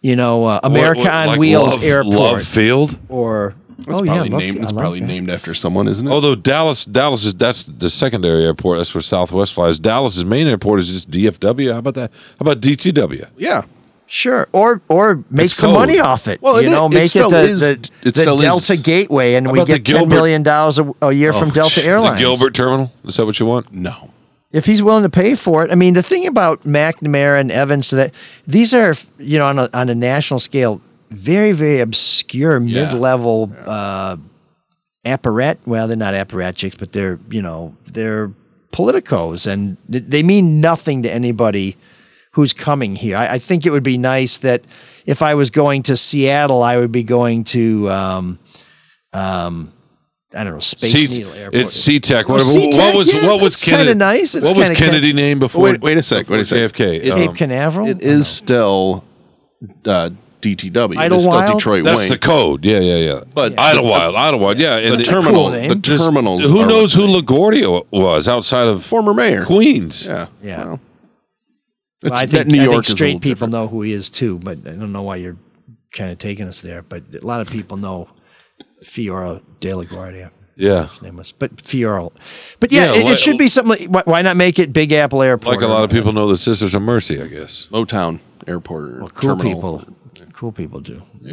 C: you know, uh, America
H: What- what-
C: on
H: like
C: Wheels
H: Love-
C: Airport
H: Love Field.
C: or
G: It's
C: oh yeah,
G: probably
C: Love
G: named.
C: Field.
G: It's
C: I like
G: probably
C: that.
G: named after someone, isn't it?
H: Although Dallas, Dallas is that's the secondary airport. That's where Southwest flies. Dallas's main airport is just DFW. How about that? How about DTW?
G: yeah.
C: Sure, or or make
H: It's
C: some
H: cold.
C: money off it.
G: Well,
C: you
G: it
C: know,
G: is- it
C: make
G: still
C: it the,
G: is-
C: the,
G: it
C: the
G: still is.
C: Delta Gateway, and we
H: about the
C: get ten
H: Gilbert-
C: million dollars a, a year from
H: Oh,
C: Delta
H: the
C: Airlines.
H: Gilbert Terminal. Is that what you want?
G: No.
C: if he's willing to pay for it. I mean, the thing about McNamara and Evans that these are, you know, on a, on a national scale, very very obscure
G: Yeah.
C: mid level uh, apparat. Well, they're not apparatchiks, but they're you know they're politicos, and th- they mean nothing to anybody who's coming here. I, I think it would be nice that if I was going to Seattle, I would be going to. Um, um, I don't know, Space
H: C-
C: Needle Airport.
H: it's SeaTac.
C: Oh,
H: What,
C: SeaTac,
H: what was
C: yeah,
H: what was
C: that's
H: Kennedy?
C: kinda nice. It's
H: what was
C: kinda
H: Kennedy named before?
G: Wait, wait a sec. Wait a sec.
H: AFK.
C: Cape
H: um,
C: Canaveral.
G: It is still uh, DTW. It's still
C: Idlewild?
G: Detroit
H: That's
G: Wayne.
H: the code. Yeah, yeah, yeah.
G: But- Yeah.
H: Idlewild, Idlewild. Yeah, and
G: the
H: it-
G: terminal.
C: cool name.
G: the
H: just-
G: terminals.
H: Who
G: are
H: knows who LaGuardia was outside of
G: former mayor?
H: Queens?
G: Yeah.
C: Yeah.
G: Well,
C: Well, I
G: it's-
C: think,
G: that
C: I
G: New
C: think
G: York is a
C: straight
G: little
C: people
G: different.
C: know who he is too, but I don't know why you're kind of taking us there. But a lot of people know Fiora de la Guardia.
H: yeah.
C: Name was, but Fiora. But yeah,
H: Yeah,
C: it,
H: why-
C: it should be something. Like, why, why not make it Big Apple Airport?
H: Like a lot of people know the Sisters of Mercy, I guess.
G: Motown Airport. or
C: Well, cool
G: terminal.
C: people. Cool people do.
H: I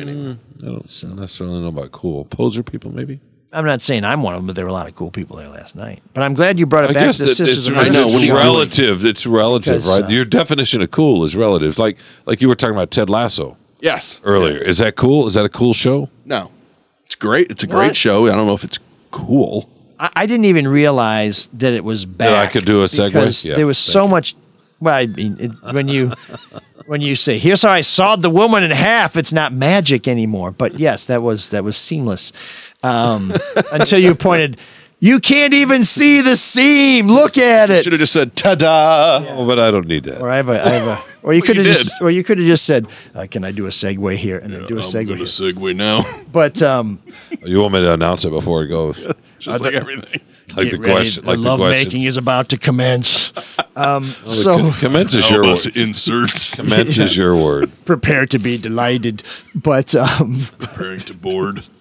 H: don't necessarily know about cool poser people, maybe.
C: I'm not saying I'm one of them, but there were a lot of cool people there last night. But I'm glad you brought it
H: I
C: back
H: guess
C: to the
H: that
C: Sisters
H: it's,
C: of
H: I
C: Mercy.
H: know,
G: Mercy.
H: it's relative. It's relative,
C: Because,
H: right?
C: uh,
H: Your definition of cool is relative. Like like you were talking about Ted Lasso
G: Yes.
H: earlier. Is that cool? Is that a cool show?
G: No. It's great. It's a
C: What?
G: great show. I don't know if it's cool.
C: I, I didn't even realize that it was back.
H: I could do a segue?
C: because
H: Yeah,
C: there was so much. Well, I mean, it, when you when you say, "Here's how I sawed the woman in half," it's not magic anymore. But yes, that was that was seamless um, until you pointed. You can't even see the seam. Look at it.
G: Should have just said ta-da.
H: Oh, but I don't need that.
C: Or I have a, I have a or you could have
G: you
C: just, or you could have just said, uh, "Can I do a segue here?" And then do a segue. Here.
G: segue now.
C: But um,
H: You want me to announce it before it goes?
G: just like everything.
H: Like
C: get
H: the
C: ready.
H: question.
C: the
H: Like
C: love
H: the
C: making
H: questions. Oh,
C: is about to commence. Um, so
H: commence is your word.
G: inserts.
H: Commence is your word.
C: prepare to be delighted. But um,
G: Preparing to board.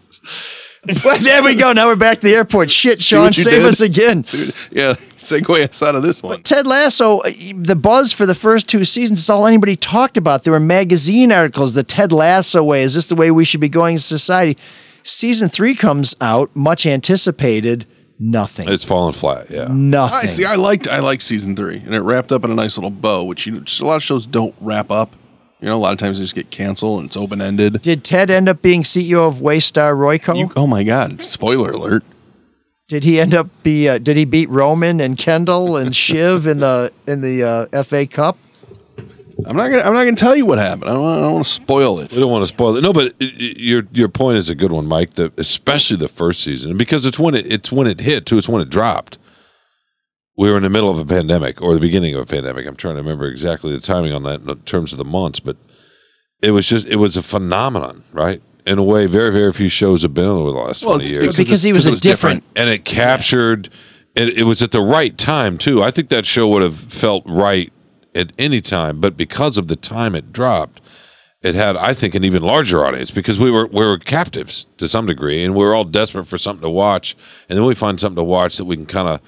C: Well, there we go. Now we're back to the airport. Shit, Sean,
G: what you
C: save
G: did?
C: us again.
G: Yeah, segue us out of this one.
C: Ted Lasso, uh, the buzz for the first two seasons is all anybody talked about. There were magazine articles, the Ted Lasso way. Is this the way we should be going in society? Season three comes out, much anticipated. Nothing.
H: It's falling flat. Yeah.
C: nothing.
G: I see. I liked. I liked season three, and it wrapped up in a nice little bow, which you know, just a lot of shows don't wrap up. You know, a lot of times they just get canceled and it's open ended.
C: Did Ted end up being CEO of Waystar Royco?
G: Oh my god! Spoiler alert.
C: did he end up be? Uh, did he beat Roman and Kendall and Shiv in the in the uh, FA Cup?
G: I'm not gonna. I'm not gonna tell you what happened. I don't. wanna- I don't want to spoil it.
H: We don't want to spoil it. No, but i- i- your your point is a good one, Mike. The, especially the first season, and because it's when it it's when it hit too. It's when it dropped. We were in the middle of a pandemic or the beginning of a pandemic. I'm trying to remember exactly the timing on that in terms of the months, but it was just it was a phenomenon, right? In a way, very very few shows have been over the last
G: Well,
H: twenty
G: it's-
H: years.
C: Because he was a
G: it was
C: different.
G: different.
H: and it captured and it was at the right time too i think that show would have felt right at any time but because of the time it dropped it had i think an even larger audience because we were we were captives to some degree and we were all desperate for something to watch and then we find something to watch that we can kind of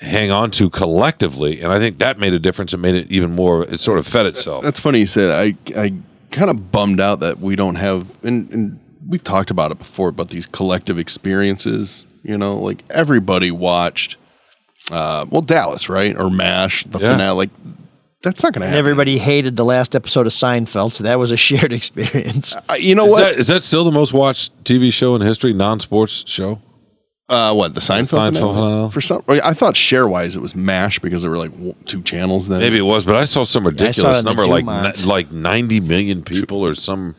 H: hang on to collectively and i think that made a difference and made it even more it sort of fed itself
G: That's funny you say that. I I kind of bummed out that we don't have and, and we've talked about it before about these collective experiences. You know, like everybody watched. Uh, well, Dallas, right, or Mash, the
H: Yeah.
G: finale. Like that's not gonna
C: And
G: happen.
C: everybody hated the last episode of Seinfeld, so that was a shared experience.
G: I, you know
H: is
G: what?
H: that, is that still the most watched tv show in history non-sports show
G: uh, what the Seinfeld?
H: Seinfeld
G: finale?
H: finale?
G: For some, I thought share-wise it was Mash because there were like w- two channels then.
H: Maybe it was, but I saw some
C: it
H: ridiculous
C: on the
H: number, like
C: Dumont.
H: ni- like ninety million people or some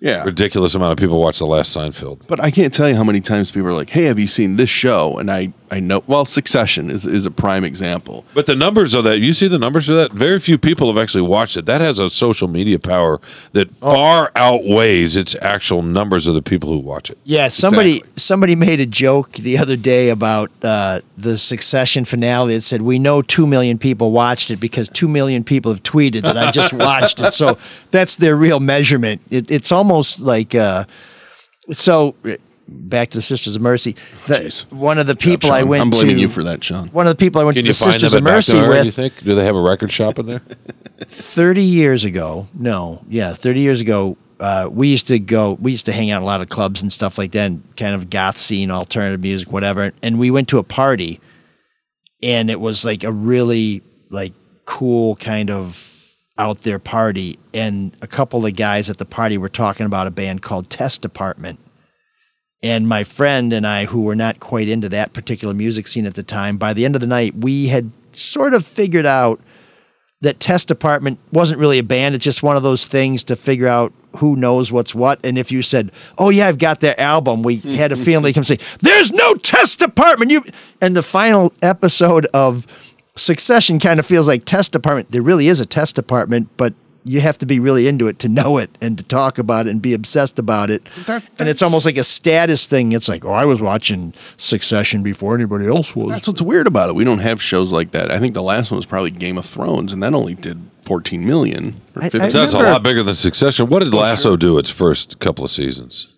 G: Yeah.
H: Ridiculous amount of people watch the last Seinfeld.
G: But I can't tell you how many times people are like, "Hey, have you seen this show?" And I, I know. Well, Succession is is a prime example.
H: But the numbers of that, you see the numbers of that. Very few people have actually watched it. That has a social media power that
C: Oh.
H: far outweighs its actual numbers of the people who watch it.
C: Yeah, somebody
G: Exactly.
C: somebody made a joke the other day about uh, the Succession finale. It said, "We know two million people watched it because two million people have tweeted that I just watched it." So that's their real measurement. It, it's almost like uh, so. Back to Sisters of Mercy. The, one of the people I
G: Sean,
C: went
G: I'm blaming
C: to.
G: you for that, Sean.
C: One of the people I went
H: Can
C: to
H: you
C: the
H: find
C: Sisters of
H: them at
C: Mercy
H: Backdoor, you
C: with
H: think? Do they have a record shop in there?
C: 30 years ago no yeah 30 years ago uh, we used to go we used to hang out at a lot of clubs and stuff like that and kind of goth scene alternative music whatever and we went to a party and it was like a really like cool kind of out there party and a couple of the guys at the party were talking about a band called test department and my friend and I, who were not quite into that particular music scene at the time, by the end of the night, we had sort of figured out that Test Department wasn't really a band. It's just one of those things to figure out who knows what's what. And if you said, "Oh yeah, I've got their album," we had a feeling they come say, "There's no Test Department." You and the final episode of Succession kind of feels like Test Department. There really is a Test Department, but you have to be really into it to know it and to talk about it and be obsessed about it. and it's almost like a status thing. It's like, oh, I was watching Succession before anybody else was.
G: That's what's weird about it. We don't have shows like that. I think the last one was probably Game of Thrones, and that only did 14 million or
C: I- I
G: 15.
H: That's a
C: Remember-
H: lot bigger than Succession. What did Lasso do its first couple of seasons?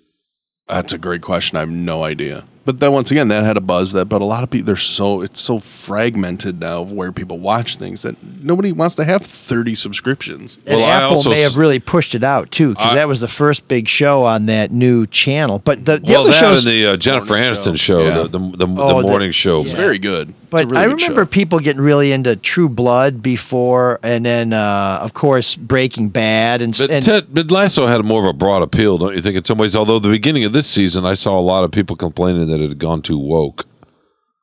G: That's a great question. I have no idea. But then once again, that had a buzz that, but a lot of people, they're so, it's so fragmented now of where people watch things that nobody wants to have 30 subscriptions.
C: and
H: Well, I
C: Apple
H: also
C: may
H: s-
C: have really pushed it out too, because
H: I-
C: that was the first big show on that new channel. But the, the
H: well,
C: other
H: that
C: shows,
H: and the uh, Jennifer
G: Morning
H: Aniston
G: show.
H: show,
G: Yeah.
H: the, the, the,
C: Oh,
H: the
C: the-
H: morning show.
G: It's very good. It's a
C: but
G: really
C: I
G: good show.
C: remember people getting really into True Blood before, and then uh, of course Breaking Bad, and, s-
H: But,
C: and
H: Ted, but Lasso had more of a broad appeal, don't you think? In some ways, although the beginning of this season, I saw a lot of people complaining that it had gone too woke.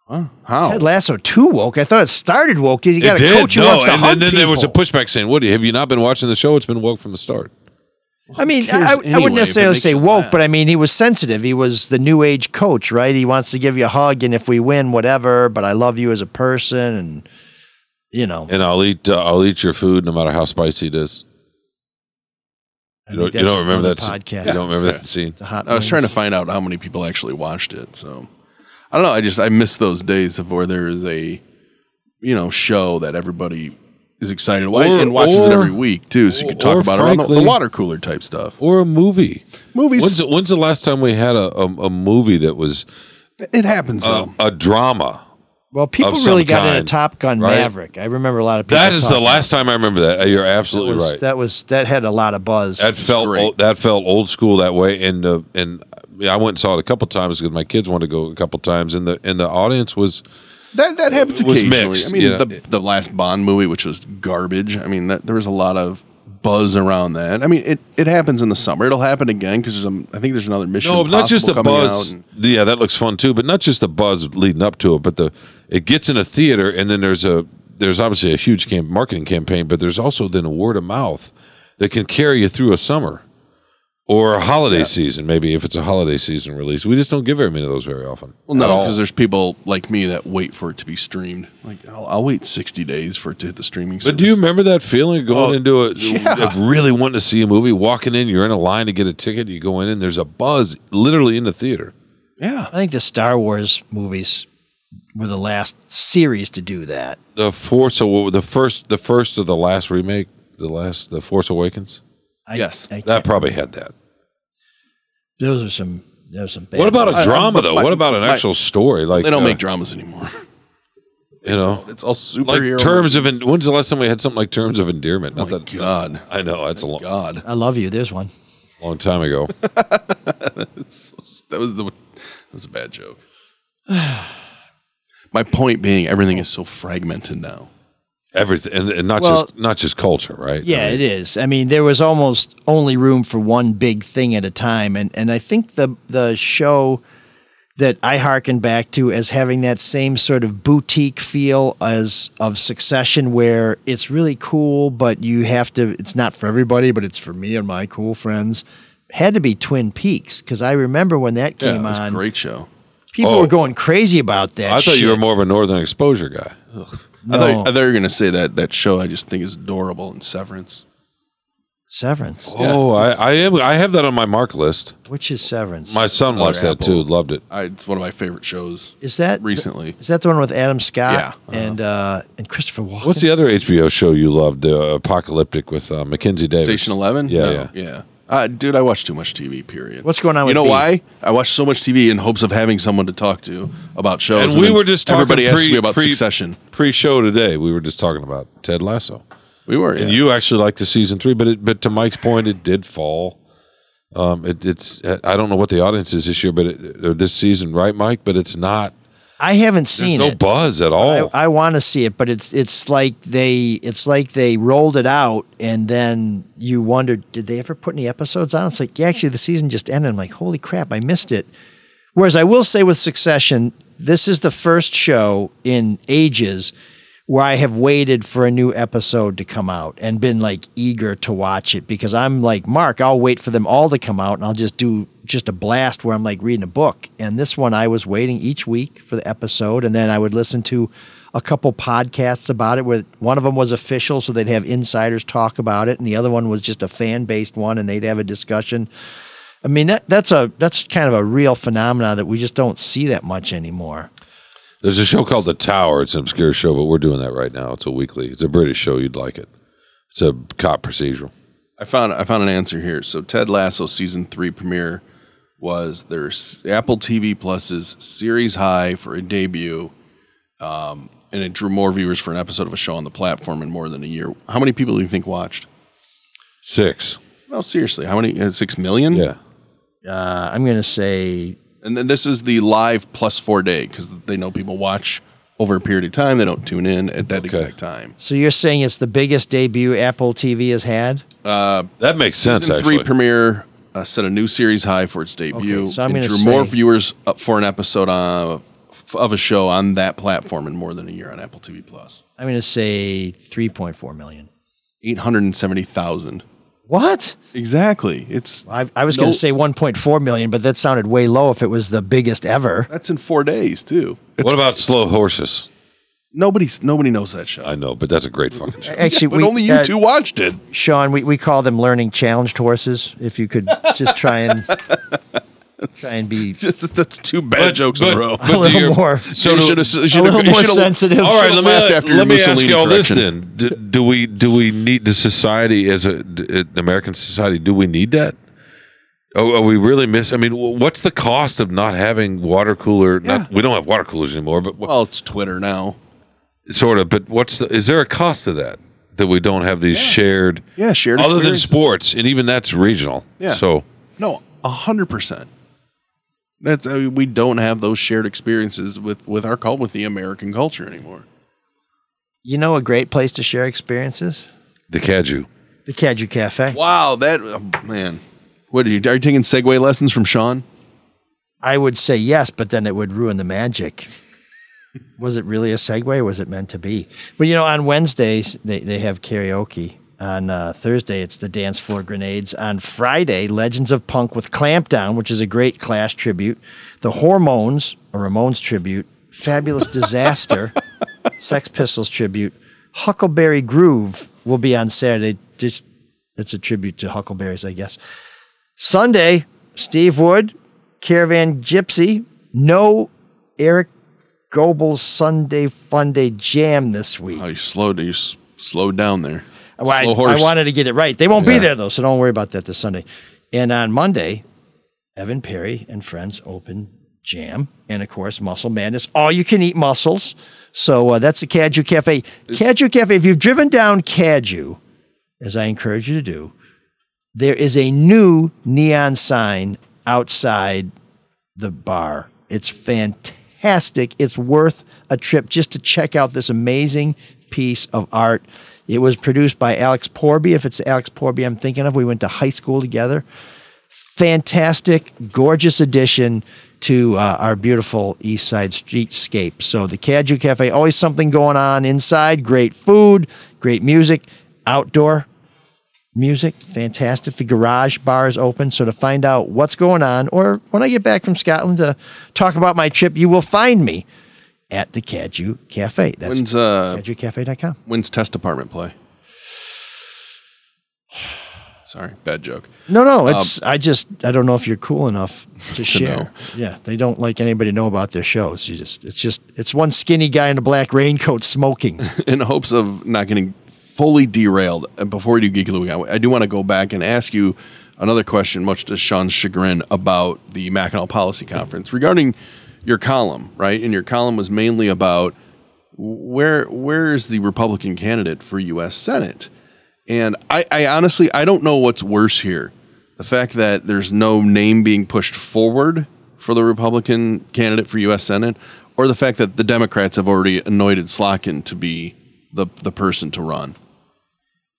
G: How?
H: Oh.
C: Ted Lasso too woke. I thought it started woke. You got a coach who wants to
H: and
C: hug
H: then, then there was a
C: people.
H: pushback saying, "Woody, have you not been watching the show? It's been woke from the start."
C: I mean,
G: cares
C: I, I
G: anyway if
C: wouldn't
G: it
C: necessarily
G: makes
C: say
G: them
C: woke,
G: laugh?
C: but I mean, he was sensitive. He was the new age coach, right? He wants to give you a hug, and if we win, whatever. But I love you as a person, and you know,
H: And I'll eat, uh, I'll eat your food, no matter how spicy it is.
C: I
H: You don't,
C: think
H: you
C: that's
H: don't remember
C: another
H: that scene-
C: podcast.
H: You don't remember that scene.
C: The hot
G: I was trying to
C: wings.
G: find out how many people actually watched it. So I don't know. I just I miss those days of where there is a you know show that everybody is excited about
H: Or-
G: and watches it
H: or-
G: every week too. So you can talk
H: or
G: about it around the, the
H: frankly-
G: water cooler type stuff.
H: Or a movie.
G: Movies.
H: When's, the- when's the last time we had a, a, a movie that was
G: It happens
H: a,
G: though.
H: a drama?
C: Well, people
H: of
C: really
H: some
C: got into
H: kind,
C: Top Gun
H: right?
C: Maverick. I remember a lot of people.
H: That is the
C: talking
H: last time I remember that. Uh, You're absolutely
C: about it.
H: right.
C: That was that had a lot of buzz.
H: That felt
G: great.
H: old, that felt old school that way, and uh, and I went and saw it a couple times because my kids wanted to go a couple times, and the and the audience was
G: that that happens
H: was
G: occasionally.
H: mixed,
G: I mean
H: you know.
G: the the last Bond movie, which was garbage. I mean that there was a lot of buzz around that. I mean it it happens in the summer. It'll happen again because I think there's another mission.
H: no, not just
G: Impossible
H: the
G: coming
H: buzz.
G: out and-
H: yeah, that looks fun too, but not just the buzz leading up to it, but the it gets in a theater, and then there's a there's obviously a huge camp, marketing campaign, but there's also then a word of mouth that can carry you through a summer or a holiday season, maybe if it's a holiday season release. We just don't give very many of those very often.
G: Well,
H: at
G: no,
H: all.
G: because there's people like me that wait for it to be streamed. Like, I'll, I'll wait 60 days for it to hit the streaming service.
H: But do you remember that feeling of going
G: Oh,
H: into a
G: yeah.
H: of really wanting to see a movie, walking in, you're in a line to get a ticket, you go in and there's a buzz literally in the theater.
G: Yeah.
C: I think the Star Wars movies were the last series to do that.
H: The Force Awa- the first the first of the last remake, the last the Force Awakens.
C: I,
G: Yes.
C: I
H: That
C: can't-
H: probably had that.
C: those are some. Those are some. Bad
H: What about a
G: I-
H: drama
G: but
H: though?
G: my-
H: what about an
G: my-
H: actual story? Like
G: They don't
H: uh,
G: make dramas anymore.
H: you know
G: It's all
H: like
G: superhero.
H: terms of
G: movies. Oh
H: en- when's the last time we had something like terms of endearment? Not
G: My
H: that
G: God.
H: I know that's a long,
G: God.
C: I love you. There's one.
H: long time ago.
G: That was, the, that was a bad joke. My point being, everything is so fragmented now.
H: Everything and, and not
C: Well-
H: just not just culture, right?
C: Yeah,
H: I mean,
C: it is. I mean, there was almost only room for one big thing at a time, and and I think the the show that I hearken back to as having that same sort of boutique feel as of Succession, where it's really cool, but you have to. It's not for everybody, but it's for me and my cool friends. had to be Twin Peaks because I remember when that
G: Yeah, it
C: came
G: was a
C: on,
G: great show.
C: people
H: Oh.
C: were going crazy about that.
H: I thought
C: shit.
H: you were more of a Northern Exposure guy.
G: I,
C: No.
G: thought, I thought you were going to say that that show I just think is adorable and Severance.
C: Severance.
H: Oh, I, I am. I have that on my mark list.
C: Which is Severance?
H: My son watched that too. Loved it.
G: I, it's one of my favorite shows.
C: is that
G: recently.
C: Is that the one with Adam Scott
H: Uh-huh.
G: Yeah.
C: and uh, and Christopher Walken?
H: What's the other HBO show you loved? The apocalyptic with uh, Mackenzie Davis.
G: Station Eleven.
H: Yeah,
G: No,
H: yeah.
G: yeah. Uh, dude, I watch too much TV. Period.
C: What's going on
G: You
C: with
G: know
C: Beef?
G: why? I watch so much TV in hopes of having someone to talk to about shows.
H: And we
G: then
H: were just talking
G: everybody
H: pre-
G: asked me about
H: pre-
G: Succession.
H: Pre-show today, we were just talking about Ted Lasso,
G: We were.
H: and
G: yeah.
H: you actually liked the season three, but it, but to Mike's point, it did fall. Um, it, it's I don't know what the audience is this year, but it, or this season, right, Mike? But it's not.
C: I haven't
H: There's
C: seen
H: no
C: it.
H: buzz at all.
C: I, I want to see it, but it's it's like they it's like they rolled it out, and then you wondered, did they ever put any episodes on? It's like, yeah, actually, the season just ended. I'm like, holy crap, I missed it. Whereas I will say with Succession, this is the first show in ages where I have waited for a new episode to come out and been like eager to watch it because I'm like, Mark, I'll wait for them all to come out and I'll just do just a blast where I'm like reading a book. And this one, I was waiting each week for the episode. And then I would listen to a couple podcasts about it where one of them was official. So they'd have insiders talk about it. And the other one was just a fan based one and they'd have a discussion. I mean, that, that's a, that's kind of a real phenomenon that we just don't see that much anymore.
H: There's a show called The Tower. It's an obscure show, but we're doing that right now. It's a weekly. It's a British show. You'd like it. It's a cop procedural.
G: I found I found an answer here. So Ted Lasso season three premiere was their s- Apple TV Plus's series high for a debut, um, and it drew more viewers for an episode of a show on the platform in more than a year. How many people do you think watched?
H: Six.
G: No, seriously, how many? Uh, Six million?
H: Yeah.
C: Uh, I'm going to say
G: And then this is the live plus four day because they know people watch over a period of time. They don't tune in at that exact time.
C: So you're saying it's the biggest debut Apple TV has had?
H: That makes sense.
G: Season three
H: Actually,
G: premiere uh, set a new series high for its debut.
C: Okay, so I'm
G: and
C: gonna
G: drew more
C: say-
G: viewers up for an episode uh, f- of a show on that platform in more than a year on Apple TV Plus.
C: I'm going to say 3.4 million.
G: Eight hundred and seventy thousand.
C: What?
G: Exactly. It's
C: I, I was
G: No-
C: going to say 1.4 million, but that sounded way low if it was the biggest ever.
G: that's in four days too.
H: what about Slow Horses?
G: Nobody's nobody knows that show.
H: I know, but that's a great fucking show.
C: Actually,
G: but
C: we,
G: only you
C: uh,
G: two watched it.
C: Sean, we, we call them learning challenged horses. If you could just try and try and be
G: Just, that's two bad jokes in a row.
C: a little more.
H: So
G: you
H: do-
G: should have.
C: a little more sensitive.
H: all right,
G: should've
H: let me
G: laughed after your
H: let me ask
G: Mussolini
H: you all this
G: correction.
H: then. Do, do we do we need the society as a d- uh, the American society? Do we need that? Oh, are we really miss? I mean, wh- what's the cost of not having water cooler? Not, we don't have water coolers anymore, but wh-
G: Well, it's Twitter now.
H: sort of. But what's the, is there a cost to that that we don't have these shared?
G: Yeah, shared
H: Other than
G: experiences.
H: sports, and even that's regional.
G: Yeah.
H: So
G: No, a hundred percent. That's I mean, we don't have those shared experiences with with our cult with the American culture anymore.
C: You know, a great place to share experiences?
H: the Caju.
C: The Cadu Cafe.
G: Wow, that oh, man. What are you? Are you taking segue lessons from Sean?
C: I would say yes, but then it would ruin the magic. was it really a segue? Or was it meant to be? But you know, on Wednesdays they, they have karaoke. On uh, Thursday, it's the dance floor grenades. On Friday, Legends of Punk with Clampdown, which is a great Clash tribute. The Hormones, a Ramones tribute. Fabulous Disaster, Sex Pistols tribute. Huckleberry Groove will be on Saturday. Just it's a tribute to Huckleberries, I guess. Sunday, Steve Wood, Caravan Gypsy, no Eric Goebel's Sunday Funday Jam this week.
G: Oh, you slowed. You s- slowed down there.
C: Well, I,
G: Slow
C: I wanted to get it right. They won't be there though, so don't worry about that this Sunday. And on Monday, Evan Perry and friends open jam, and of course, Muscle Madness, all you can eat mussels. So uh, that's the Caju Cafe. Caju Cafe. If you've driven down Caju, as I encourage you to do, there is a new neon sign outside the bar. It's fantastic. It's worth a trip just to check out this amazing piece of art. It was produced by Alex Porby. If it's Alex Porby I'm thinking of, we went to high school together. Fantastic, gorgeous addition to uh, our beautiful East Side streetscape. So the Caju Cafe, always something going on inside. Great food, great music, outdoor music, fantastic. The garage bar is open. So to find out what's going on, or when I get back from Scotland to talk about my trip, you will find me at the Cadu Cafe. That's
G: When's, uh,
C: caducafe.com.
G: When's test department play? Sorry, bad joke.
C: No, no, it's I just I don't know if you're cool enough Um, to, share.
G: know.
C: Yeah, they don't like anybody to know about their shows. You just it's just it's one skinny guy in a black raincoat smoking.
G: in hopes of not getting fully derailed uh, before we do Geek of the Week, I, I do want to go back and ask you another question, much to Sean's chagrin, about the Mackinac Policy Conference regarding your column, right? And your column was mainly about where where is the Republican candidate for U.S. Senate? And I, I honestly I don't know what's worse here, the fact that there's no name being pushed forward for the Republican candidate for U.S. Senate, or the fact that the Democrats have already anointed Slotkin to be the the person to run.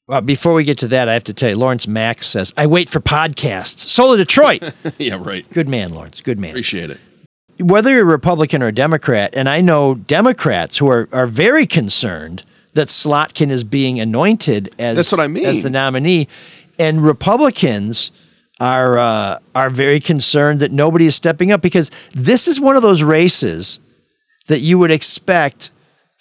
C: Well, before we get to that, I have to tell you, Lawrence Max says, I wait for podcasts. Solo Detroit.
G: yeah, right.
C: good man, Lawrence. Good man.
G: Appreciate it.
C: Whether you're a Republican or a Democrat, and I know Democrats who are, are very concerned that Slotkin is being anointed as,
G: That's what I mean.
C: as the nominee, and Republicans are uh, are very concerned that nobody is stepping up because this is one of those races that you would expect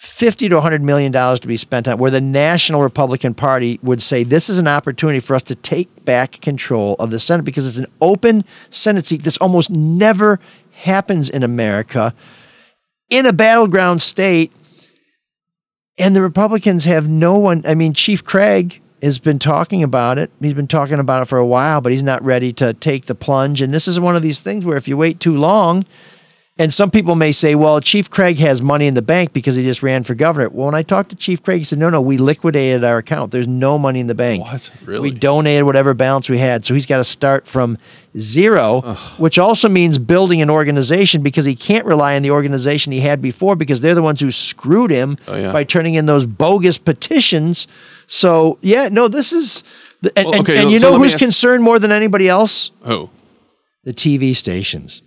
C: 50 to 100 million dollars to be spent on where the national republican party would say this is an opportunity for us to take back control of the senate because it's an open senate seat this almost never happens in america in a battleground state and the republicans have no one i mean chief craig has been talking about it he's been talking about it for a while but he's not ready to take the plunge and this is one of these things where if you wait too long and some people may say, well, Chief Craig has money in the bank because he just ran for governor. Well, when I talked to Chief Craig, he said, no, no, we liquidated our account. There's no money in the bank.
G: What? Really?
C: We donated whatever balance we had. So he's got to start from zero, which also means building an organization because he can't rely on the organization he had before because they're the ones who screwed him
G: Oh, yeah.
C: by turning in those bogus petitions. So, yeah, no, this is. the- And,
G: Well,
C: and-
G: okay,
C: and you
G: so
C: know
G: let me
C: who's
G: ask-
C: concerned more than anybody else?
G: Oh,
C: The TV stations.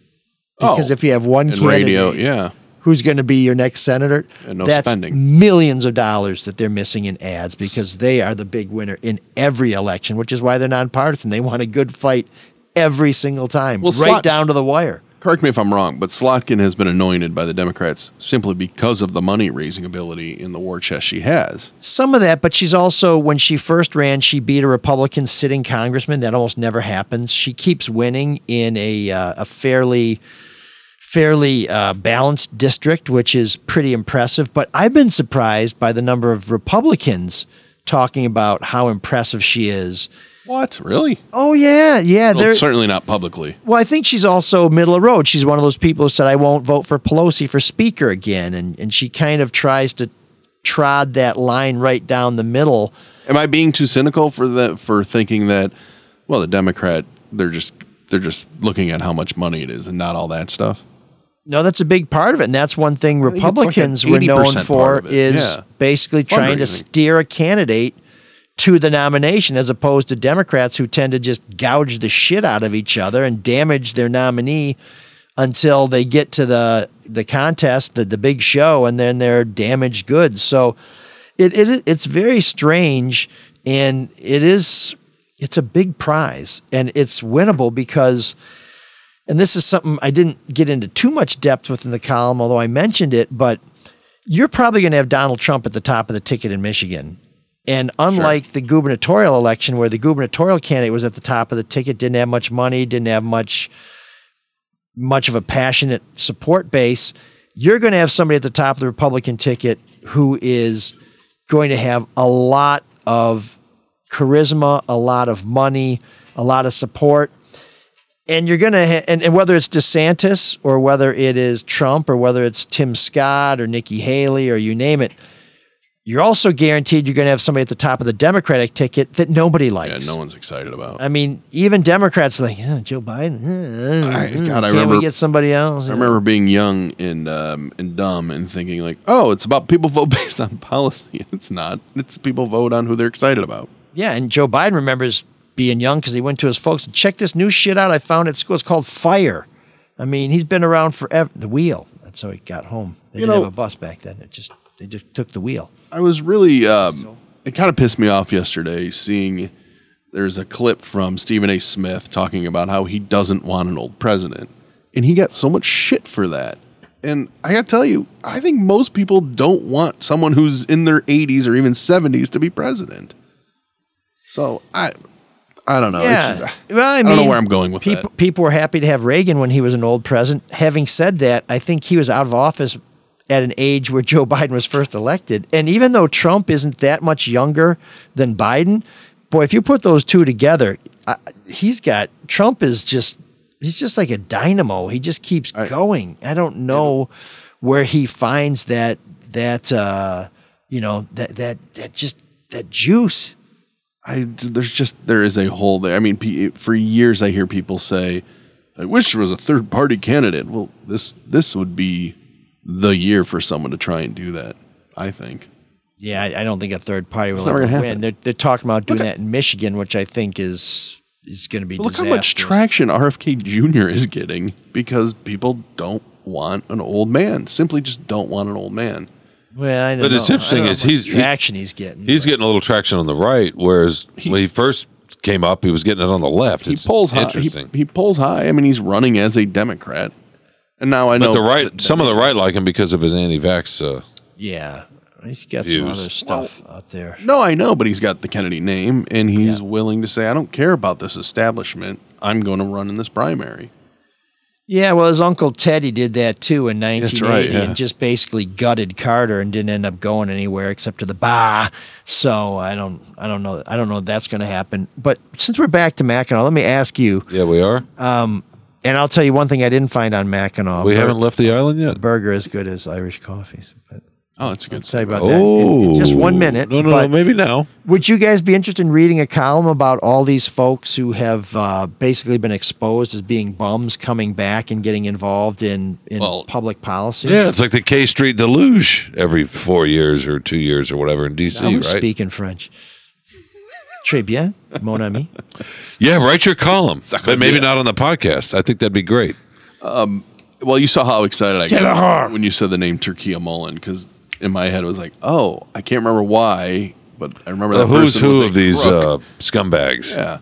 C: Because
G: Oh.
C: if you have one
G: and
C: candidate,
G: radio. Yeah.
C: who's going to be your next senator.
G: And no
C: That's
G: spending.
C: millions of dollars that they're missing in ads because they are the big winner in every election, which is why they're nonpartisan. They want a good fight every single time,
G: Well,
C: right
G: slots-
C: down to the wire.
G: Correct me if I'm wrong, but Slotkin has been anointed by the Democrats simply because of the money raising ability in the war chest she has.
C: Some of that, but she's also, when she first ran, she beat a Republican sitting congressman. That almost never happens. She keeps winning in a, uh, a fairly. Fairly uh, balanced district, which is pretty impressive. But I've been surprised by the number of Republicans talking about how impressive she is
G: What? Really?
C: Oh yeah, yeah.
G: Well,
C: there-
G: certainly not publicly.
C: well, I think she's also middle of the road. She's one of those people who said, "I won't vote for Pelosi for Speaker again," and and she kind of tries to trod that line right down the middle.
G: Am I being too cynical for that for thinking that well the Democrat they're just they're just looking at how much money it is and not all that stuff?
C: No, that's a big part of it, and that's one thing
G: think it's like an
C: Republicans were
G: 80%
C: known
G: part
C: for
G: of it.
C: is
G: Yeah.
C: basically trying to
G: Fundraising.
C: steer a candidate to the nomination, as opposed to Democrats who tend to just gouge the shit out of each other and damage their nominee until they get to the the contest, the the big show, and then they're damaged goods. So it, it it's very strange, and it is it's a big prize, and it's winnable because and this is something I didn't get into too much depth with in the column, although I mentioned it, but you're probably going to have Donald Trump at the top of the ticket in Michigan. And unlike the gubernatorial election, where the gubernatorial candidate was at the top of the ticket, didn't have much money, didn't have much much of a passionate support base, you're going to have somebody at the top of the Republican ticket who is going to have a lot of charisma, a lot of money, a lot of support and you're gonna ha- and, and whether it's DeSantis or whether it is Trump or whether it's Tim Scott or Nikki Haley or you name it, you're also guaranteed you're gonna have somebody at the top of the Democratic ticket that nobody
G: Yeah,
C: likes.
G: no one's excited about.
C: I mean, even Democrats are like "Yeah, Joe Biden. uh, uh, uh,
G: I- God, I
C: can't
G: remember-
C: we get somebody else?
G: I remember being young and um, and dumb and thinking like, oh, it's about people vote based on policy. It's not. It's people vote on who they're excited about.
C: Yeah, and Joe Biden remembers being young because he went to his folks and check this new shit out I found at school. It's called Fire. I mean, he's been around forever. The wheel. That's how he got home. They
G: You
C: didn't
G: know-
C: have a bus back then. It just they just took the wheel.
G: I was really. Um, it kind of pissed me off yesterday seeing there's a clip from Stephen A. Smith talking about how he doesn't want an old president. And he got so much shit for that. And I gotta tell you, I think most people don't want someone who's in their 80s or even 70s to be president. So I, I don't know. It's-
C: Yeah. Well, I,
G: I
C: mean,
G: don't know where I'm going with
C: people,
G: that.
C: People were happy to have Reagan when he was an old president. Having said that, I think he was out of office at an age where Joe Biden was first elected. And even though Trump isn't that much younger than Biden, boy, if you put those two together, I, he's got Trump is just he's just like a dynamo. He just keeps going. I don't know where he finds that that uh, you know that that that just that juice.
G: I there's just there is a hole there. I mean, pe- for years I hear people say, "I wish there was a third party candidate." Well, this this would be the year for someone to try and do that. I think.
C: Yeah, I, I don't think a third party will
G: never
C: ever
G: gonna
C: win.
G: happen.
C: They're, they're talking about doing that in Michigan, which I think is is going to be.
G: But look how much
C: disastrous.
G: traction RFK Jr. is getting because people don't want an old man. Simply just don't want an old man.
C: Well, I don't
H: But
C: know.
H: it's interesting
C: I don't know
H: is
C: how much
H: he's- he-
C: traction he's getting.
H: He's getting a little traction on the right, whereas when he first came up, he was getting it on the left.
G: He
H: It's
G: polls high. He,
H: Interesting.
G: he polls high. I mean, he's running as a Democrat. And now I
H: but
G: know
H: the right,
G: that-
H: some of the right like him because of his anti-vax. Uh,
C: yeah, he's got some
H: Views.
C: other stuff out there.
G: No, I know, but he's got the Kennedy name and he's willing to say, I don't care about this establishment. I'm going to run in this primary.
C: Yeah, well, his uncle Teddy did that too in 1980,
G: right, yeah.
C: and just basically gutted Carter and didn't end up going anywhere except to the bah. So I don't, I don't know, I don't know if that's going to happen. But since we're back to Mackinac, let me ask you,
H: yeah, we are.
G: Uh,
C: and I'll tell you one thing I didn't find on Mackinac.
H: we
C: Bur-
H: haven't left the island yet.
C: burger as good as Irish coffees. But
G: Oh, that's a good
C: tell you about that in,
H: Oh,
C: in just one minute.
H: No, no,
C: but
H: no. Maybe now.
C: Would you guys be interested in reading a column about all these folks who have uh, basically been exposed as being bums coming back and getting involved in, in
G: Well,
C: public policy?
H: Yeah, it's like the K Street deluge every four years or two years or whatever in DC,
C: I'm
H: right?
C: speaking French. Très bien, mon ami.
H: Yeah, write your column, but maybe
G: bien.
H: not on the podcast. I think that'd be great.
G: Well, you saw how excited I got when you said the name Turkey Mullen because in my head it was like, oh, I can't remember why, but I remember
H: The
G: that
H: who's
G: person
H: who
G: was a
H: of these
G: crook.
H: uh, scumbags?
G: yeah.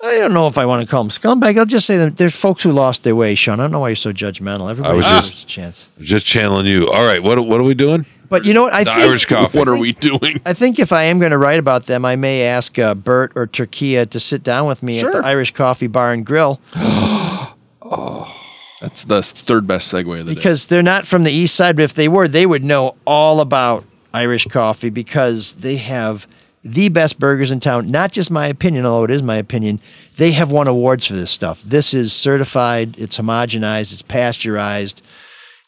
C: I don't know if I want to call them scumbag. I'll just say that there's folks who lost their way, Sean. I don't know why you're so judgmental. Everybody
H: was
C: deserves
H: just-
C: a chance.
H: Just channeling you. All right, what what are we doing?
C: But you know what? I
H: The
C: think
H: Irish coffee.
G: What are we doing?
C: uh, I think if I am going to write about them, I may ask uh, Bert or Turkia to sit down with me at
G: Sure.
C: the Irish Coffee Bar and Grill
G: That's the third best segue of the day.
C: because they're not from the East Side, but if they were, they would know all about Irish coffee because they have the best burgers in town. Not just my opinion, although it is my opinion. They have won awards for this stuff. This is certified, it's homogenized, it's pasteurized,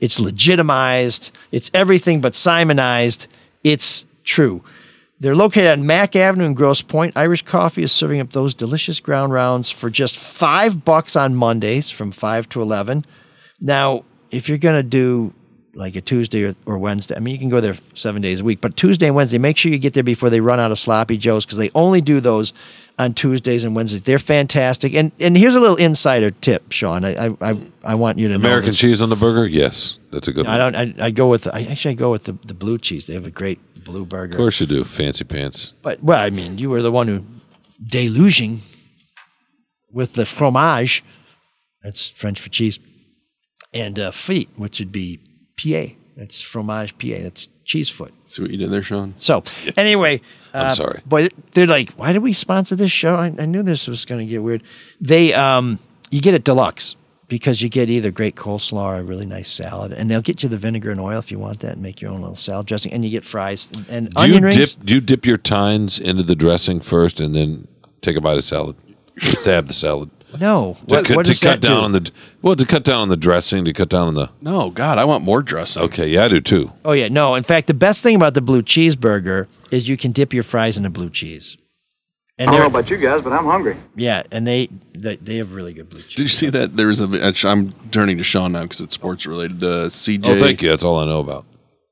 C: it's legitimized, it's everything but Simonized. It's true. They're located on Mack Avenue in Gross Point. Irish Coffee is serving up those delicious ground rounds for just five bucks on Mondays from five to eleven. Now, if you're going to do like a Tuesday or, or Wednesday, I mean, you can go there seven days a week, but Tuesday and Wednesday, make sure you get there before they run out of sloppy joes because they only do those on Tuesdays and Wednesdays. They're fantastic. And and here's a little insider tip, Sean. I I, I, I want you to know
H: American
C: this.
H: cheese on the burger? Yes, that's a good
C: I
H: one.
C: don't. I, I go with. I actually I go with the, the blue cheese. They have a great blue burger.
H: Of course you do. Fancy pants.
C: But well, I mean, you were the one who deluging with the fromage. That's French for cheese, and uh, feet, which would be PA. That's fromage PA. That's cheese foot.
G: See what you did there, Sean?
C: So anyway,
H: I'm
C: uh,
H: sorry.
C: But they're like, why did we sponsor this show? I, I knew this was going to get weird. They, um, you get it deluxe because you get either great coleslaw or a really nice salad, and they'll get you the vinegar and oil if you want that, and make your own little salad dressing, and you get fries and, and
H: Do
C: onion
H: you
C: rings.
H: dip? Do you dip your tines into the dressing first and then take a bite of salad? Stab the salad.
C: no,
H: To,
C: what,
H: cut-
C: what
H: to
C: does
H: cut
C: that
H: down
C: do?
H: on the well, to cut down on the dressing, to cut down on the.
G: No, God, I want more dressing.
H: Okay, yeah, I do too.
C: Oh yeah, no. In fact, the best thing about the blue cheeseburger is you can dip your fries in a blue cheese. And I don't know about you guys, but I'm hungry. Yeah, and they they, they have really good blue cheese.
G: Did you see that? There was a. vi- actually, I'm turning to Sean now because it's sports related. The CJ.
H: Oh, thank you. That's all I know about.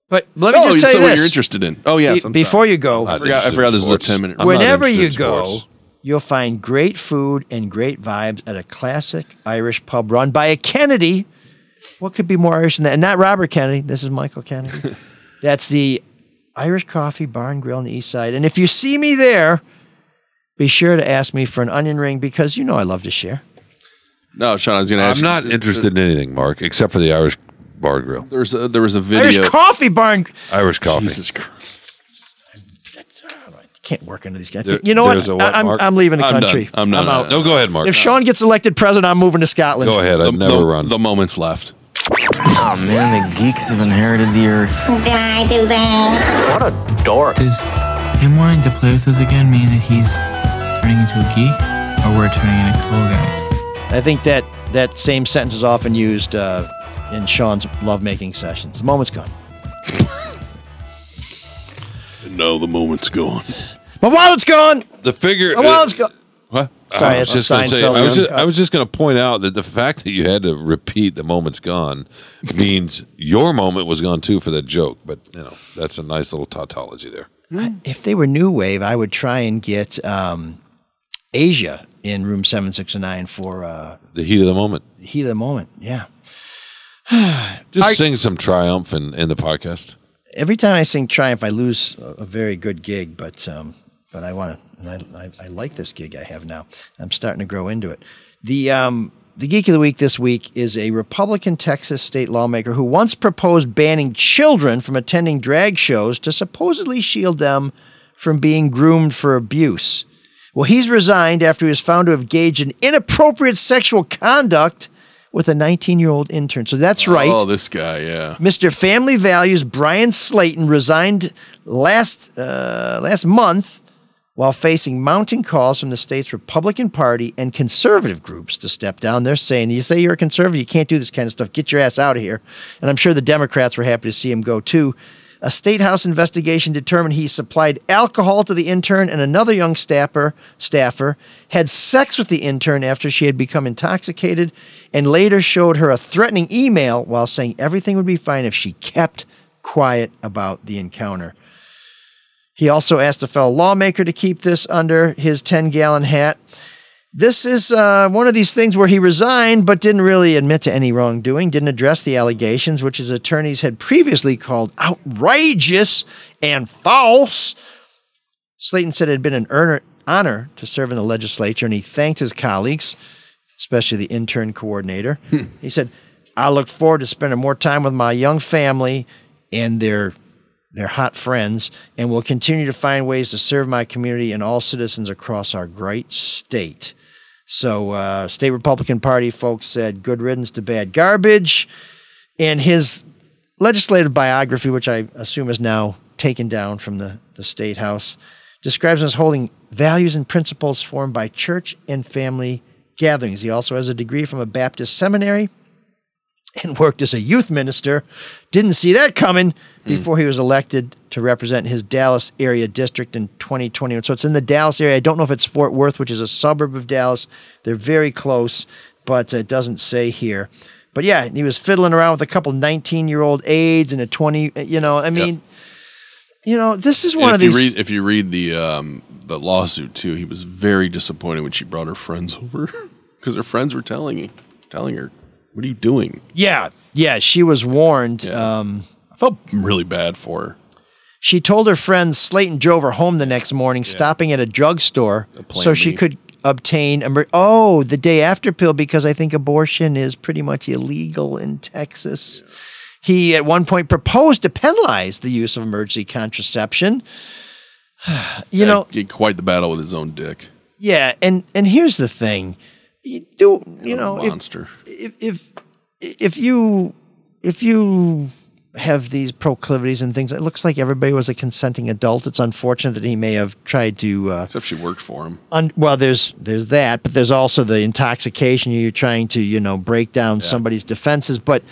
C: But let me
G: Oh,
C: just tell you
G: so what
C: this.
G: you're interested in? Oh, yes.
C: Be-
G: I'm
C: before
G: sorry.
C: you go,
H: Not
G: forgot- I
H: interested in
G: forgot this was a
H: sports.
G: 10-minute.
H: I'm not
C: whenever
H: interested
C: you
H: in
C: go,
H: sports.
C: you'll find great food and great vibes at a classic Irish pub run by a Kennedy. What could be more Irish than that? And not Robert Kennedy. This is Michael Kennedy. That's the Irish Coffee Bar and Grill on the East Side. And if you see me there, be sure to ask me for an onion ring because you know I love to share.
G: No, Sean, I was going to ask.
H: I'm
G: you-
H: not interested in anything, Mark, except for the Irish bar grill,
G: There was a, there was a video.
C: There's coffee barn.
H: Irish coffee.
G: Jesus Christ.
C: Can't work under these guys.
H: There-
C: you know what?
H: there's a what,
C: I, am
H: Mark?
C: I'm leaving the
G: I'm done.
C: country.
G: I'm done.
C: out.
H: No, go ahead, Mark.
C: If Sean gets elected president, I'm moving to Scotland.
H: go ahead,
G: The,
H: I've never
G: the-
H: run.
G: the moments left.
J: Man, the geeks have inherited the earth.
E: Did I do that?
J: Does him wanting to play with us again mean that he's turning into a geek? Or we're turning into cool guys?
C: I think that that same sentence is often used uh, in Sean's lovemaking sessions. The moment's gone.
G: No, the moment's gone.
C: My wallet's gone.
H: the figure.
C: My wallet's
H: uh,
C: gone.
H: What?
C: Sorry,
H: I was
C: that's
H: just
C: a
H: gonna say.
C: Seinfeld
H: I was just,
C: joke.
H: I was just going to point out that the fact that you had to repeat the moment's gone means your moment was gone too for that joke. But you know, that's a nice little tautology there.
C: If they were new wave, I would try and get um, Asia in room seven six and nine for uh,
H: The heat of the moment.
C: the heat of the moment. Yeah.
H: Just
C: Are-
H: sing some triumph in, in the podcast.
C: Every time I sing Triumph, I lose a, a very good gig, but um, but I want to, and I, I, I like this gig I have now. I'm starting to grow into it. The um, the geek of the week this week is a Republican Texas state lawmaker who once proposed banning children from attending drag shows to supposedly shield them from being groomed for abuse. Well, he's resigned after he was found to have engaged in inappropriate sexual conduct with a 19 year old intern. So that's right.
G: Oh, this guy, yeah.
C: Mr. Family Values Brian Slayton resigned last uh, last month while facing mounting calls from the state's Republican Party and conservative groups to step down. They're saying, "You say you're a conservative, you can't do this kind of stuff. Get your ass out of here." And I'm sure the Democrats were happy to see him go too. A state house investigation determined he supplied alcohol to the intern and another young staffer, staffer had sex with the intern after she had become intoxicated, and later showed her a threatening email while saying everything would be fine if she kept quiet about the encounter. He also asked a fellow lawmaker to keep this under his 10 gallon hat. This is uh, one of these things where he resigned but didn't really admit to any wrongdoing, didn't address the allegations, which his attorneys had previously called outrageous and false. Slayton said it had been an earner, honor to serve in the legislature, and he thanked his colleagues, especially the intern coordinator. he said, I look forward to spending more time with my young family and their they're hot friends, and will continue to find ways to serve my community and all citizens across our great state. So, uh, state Republican Party folks said, "Good riddance to bad garbage." And his legislative biography, which I assume is now taken down from the, the state house, describes him as holding values and principles formed by church and family gatherings. He also has a degree from a Baptist seminary and worked as a youth minister. Didn't see that coming
G: Hmm.
C: before he was elected to represent his Dallas area district in 2021. So it's in the Dallas area. I don't know if it's Fort Worth, which is a suburb of Dallas. They're very close, but it doesn't say here. But yeah, he was fiddling around with a couple 19 year old aides and a 20, you know, I mean, you know, this is one of
G: And if you
C: these.
G: read if you read the um, the lawsuit too, he was very disappointed when she brought her friends over because her friends were telling telling her, "What are you doing?"
C: yeah, yeah, she was warned.
G: Yeah.
C: Um,
G: I felt really bad for her.
C: She told her friends Slayton drove her home the next morning, stopping at a drugstore
G: plan
C: so she
G: B.
C: could obtain a mer- oh the day after pill because I think abortion is pretty much illegal in Texas. He at one point proposed to penalize the use of emergency contraception. you know,
G: he had quite the battle with his own dick.
C: yeah, and and here's the thing, you do you
G: What a
C: know if,
G: monster.
C: if if if you if you have these proclivities and things, it looks like everybody was a consenting adult. It's unfortunate that he may have tried to. Uh,
G: Except she worked for him.
C: un- well, there's there's that, but there's also the intoxication. You're trying to you know break down somebody's defenses, but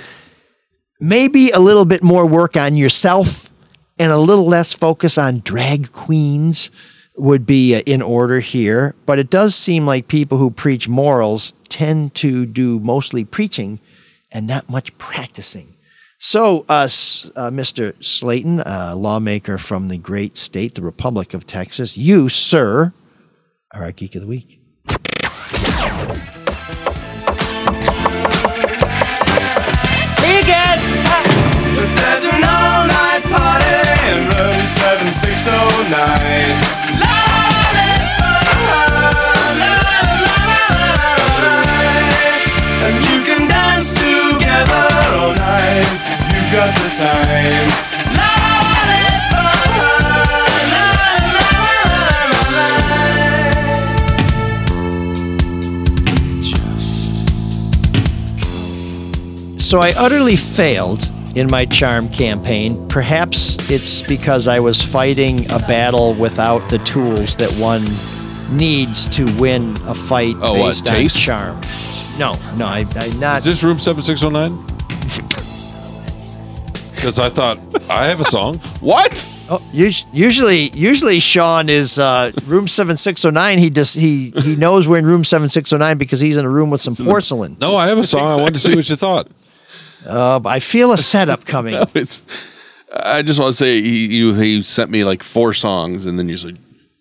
C: maybe a little bit more work on yourself and a little less focus on drag queens would be uh, in order here. But it does seem like people who preach morals tend to do mostly preaching and not much practicing. So, uh, S- uh, Mr. Slayton, uh, lawmaker from the great state, the Republic of Texas, you, sir, are our Geek of the Week.
F: There's an all-night party in room 7609.
C: So I utterly failed in my charm campaign. Perhaps it's because I was fighting a battle without the tools that one needs to win a fight
H: Oh, what,
C: based
H: taste?
C: on charm. No, no, I, I not.
H: Is this room 7609? Because I thought, I have a song.
G: What?
C: Oh, us- usually, usually Sean is uh, room seven six zero nine. He just he he knows we're in room seven six zero nine because he's in a room with some porcelain.
H: No, I have a song. I wanted to see what you thought.
C: Uh, I feel a setup coming.
G: It's, I just want to say he, you he sent me like four songs, and then you said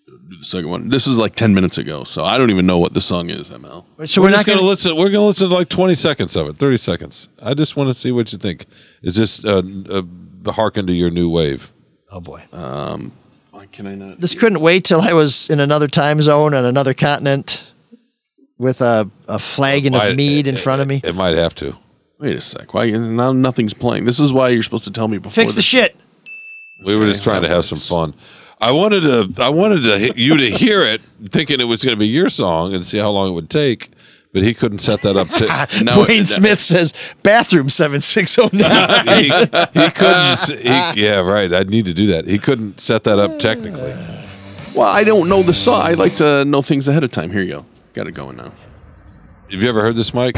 G: do the second one. This is like ten minutes ago, so I don't even know what the song is.
C: So
G: ML.
H: we're,
C: we're,
H: just
C: not
H: going
C: going
H: to
C: to.
H: listen. We're going to listen to like 20 seconds of it, 30 seconds. I just want to see what you think. Is this uh, uh, hearken to your new wave?
C: Oh boy,
G: Why can I not?
C: this couldn't wait till I was in another time zone on another continent with a a flagon
H: Might-
C: of mead in
H: it-
C: front of me.
H: It might have to.
G: Wait a sec. Why now nothing's playing? This is why you're supposed to tell me before.
C: Fix the
G: this-
C: shit.
H: We were just trying to have some fun. I wanted to. I wanted to he- you to hear it, thinking it was going to be your song, and see how long it would take. But he couldn't set that up. To,
G: No,
C: Wayne
G: it-
C: Smith says bathroom seven six zero nine.
H: he, he couldn't. s- He, yeah, right. I need to do that. He couldn't set that up technically.
G: Well, I don't know the song. I like to know things ahead of time. Here you go. Got it going now.
H: Have you ever heard this, Mike?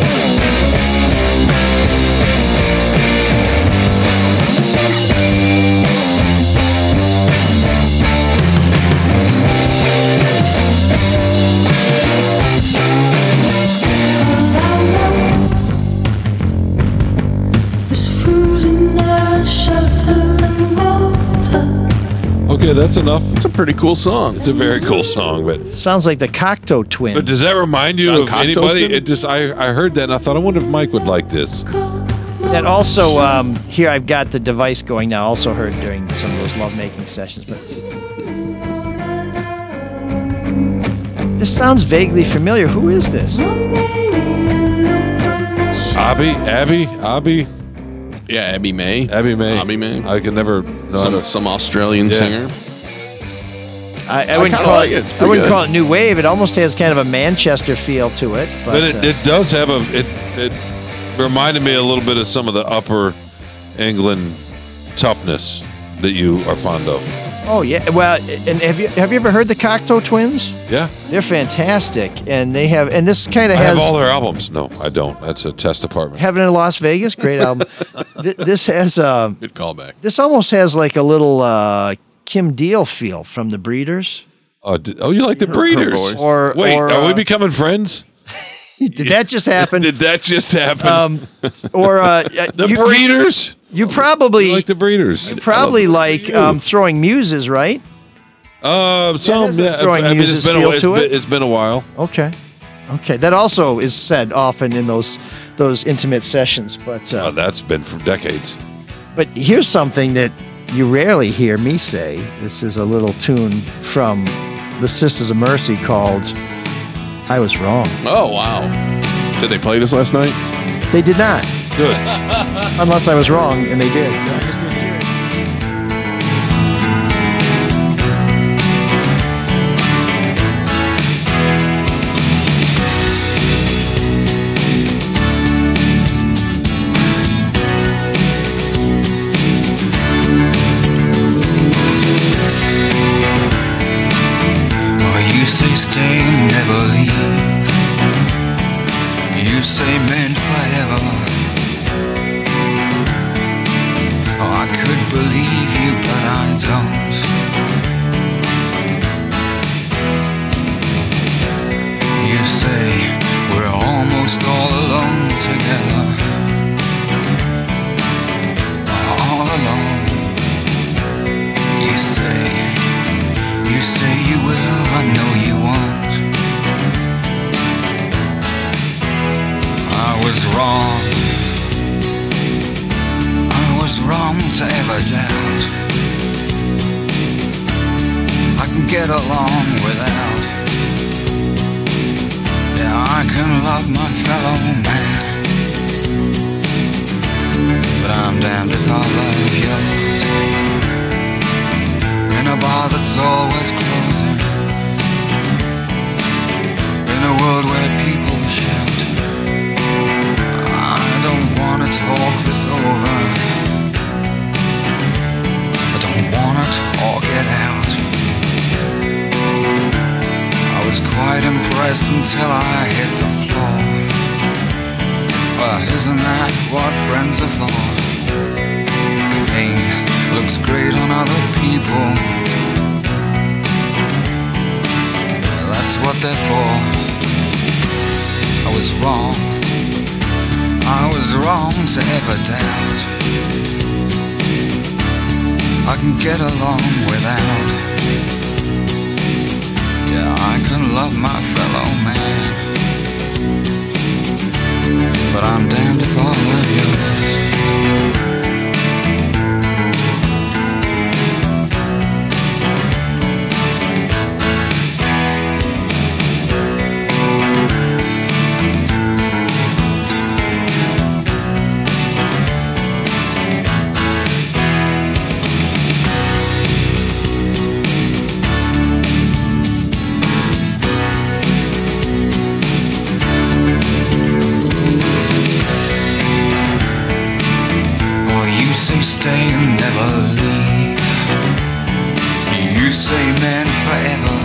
H: Okay, that's enough.
G: It's a pretty cool song.
H: It's a very cool song, but
C: Sounds like the Cocteau twins.
H: but does that remind you
G: John
H: of anybody?
G: Cocktoastin?
H: It just I I heard that and I thought I wonder if Mike would like this.
C: That also, um, here I've got the device going now. Also heard during some of those lovemaking sessions, but this sounds vaguely familiar. Who is this?
H: Abby, Abby, Abby,
G: Yeah, Abby May.
H: Abby May.
G: Abby May.
H: I can never. No, I
G: some,
H: don't-
G: some Australian
H: Yeah.
G: singer.
C: I, I wouldn't
G: kinda
C: call
G: like it.
C: it.
G: It's
C: I wouldn't
G: pretty
C: call it new wave. It almost has kind of a Manchester feel to it. But,
H: But it,
C: uh,
H: it does have a it it reminded me a little bit of some of the upper England toughness that you are fond of.
C: oh yeah. Well, and have you have you ever heard the Cocteau twins?
H: Yeah.
C: They're fantastic, and they have. And this kind of
H: I
C: has
H: have all their albums. No, I don't. That's a test department.
C: Heaven in Las Vegas. Great album. Th- this has. Um,
G: Good callback.
C: This almost has like a little uh, Kim Deal feel from the Breeders.
H: Oh, did, oh you like the Breeders?
G: voice.
C: Or-
H: wait,
C: or,
H: are we
C: uh,
H: becoming friends?
C: Did that just happen?
H: Did that just happen?
C: um, or uh,
H: the
C: you,
H: Breeders.
C: You probably
H: You like the Breeders?
C: probably like um, throwing muses, right?
H: Uh, some.
C: there's a
H: Yeah,
C: throwing
H: I mean,
C: uses
H: it's been a
C: feel
H: wh- it's
C: to
H: been-
C: it.
H: it's been a while.
C: Okay, okay. That also is said often in those those intimate sessions. But
H: Oh,
C: uh,
H: that's been for decades.
C: but here's something that you rarely hear me say. This is a little tune from the Sisters of Mercy called "I Was Wrong."
G: Oh wow! Did they play this last night?
C: They did not,
H: Good.
C: unless I was wrong, and they did.
F: Or you say stay and never leave. You say meant forever. Oh, I could believe you, but I don't. You say we're almost all alone together. All alone. You say. You say you will, I know you won't. I was wrong. I was wrong to ever doubt. I can get along without. Yeah, I can love my fellow man. But I'm damned if I love you in a bar that's always closing. In quite impressed until I hit the floor. Well, isn't that what friends are for? The pain looks great on other people. Well, that's what they're for. I was wrong. I was wrong to ever doubt. I can get along without. Yeah, I can love my fellow man. But I'm damned if I'll love yours. Or you say stay and never leave. You say man forever.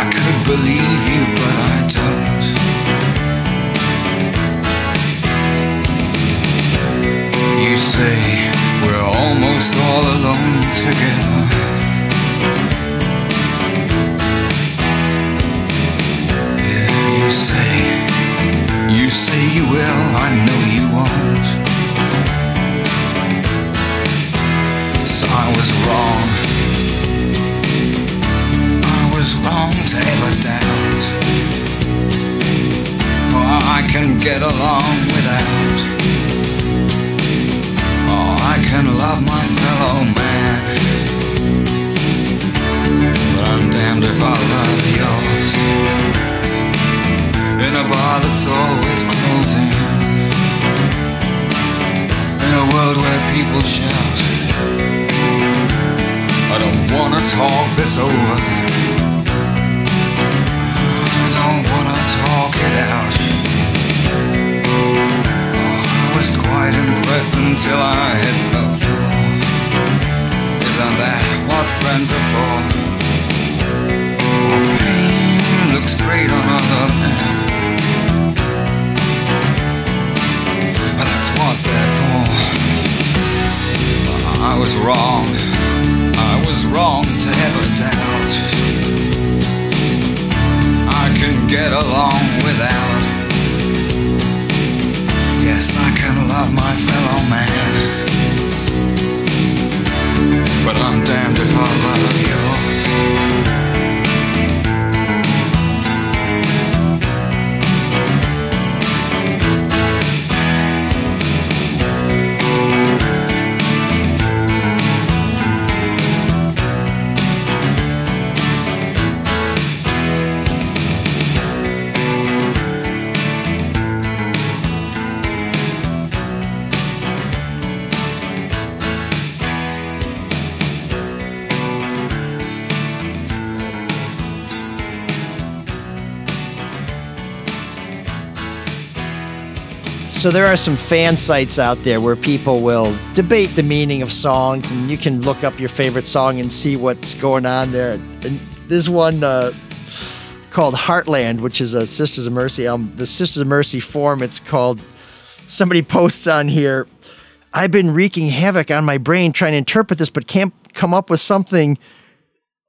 F: I could believe you, but I don't. You say we're almost all alone together. Yeah, you say. You say you will, I know you won't. So I was wrong. I was wrong to ever doubt. For I can get along without. Oh, I can love my fellow man. But I'm damned if I love yours in a bar that's always closing. In a world where people shout, I don't wanna talk this over. I don't wanna talk it out. Oh, I was quite impressed until I hit the floor. Isn't that what friends are for? Pain looks great on other men. But that's what they're for. I was wrong. I was wrong to ever doubt. I can get along without. Yes, I can love my fellow man. But I'm damned if I love yours.
C: So there are some fan sites out there where people will debate the meaning of songs, and you can look up your favorite song and see what's going on there. And there's one uh, called Heartland, which is a Sisters of Mercy album. The Sisters of Mercy form. It's called. Somebody posts on here. I've been wreaking havoc on my brain trying to interpret this, but can't come up with something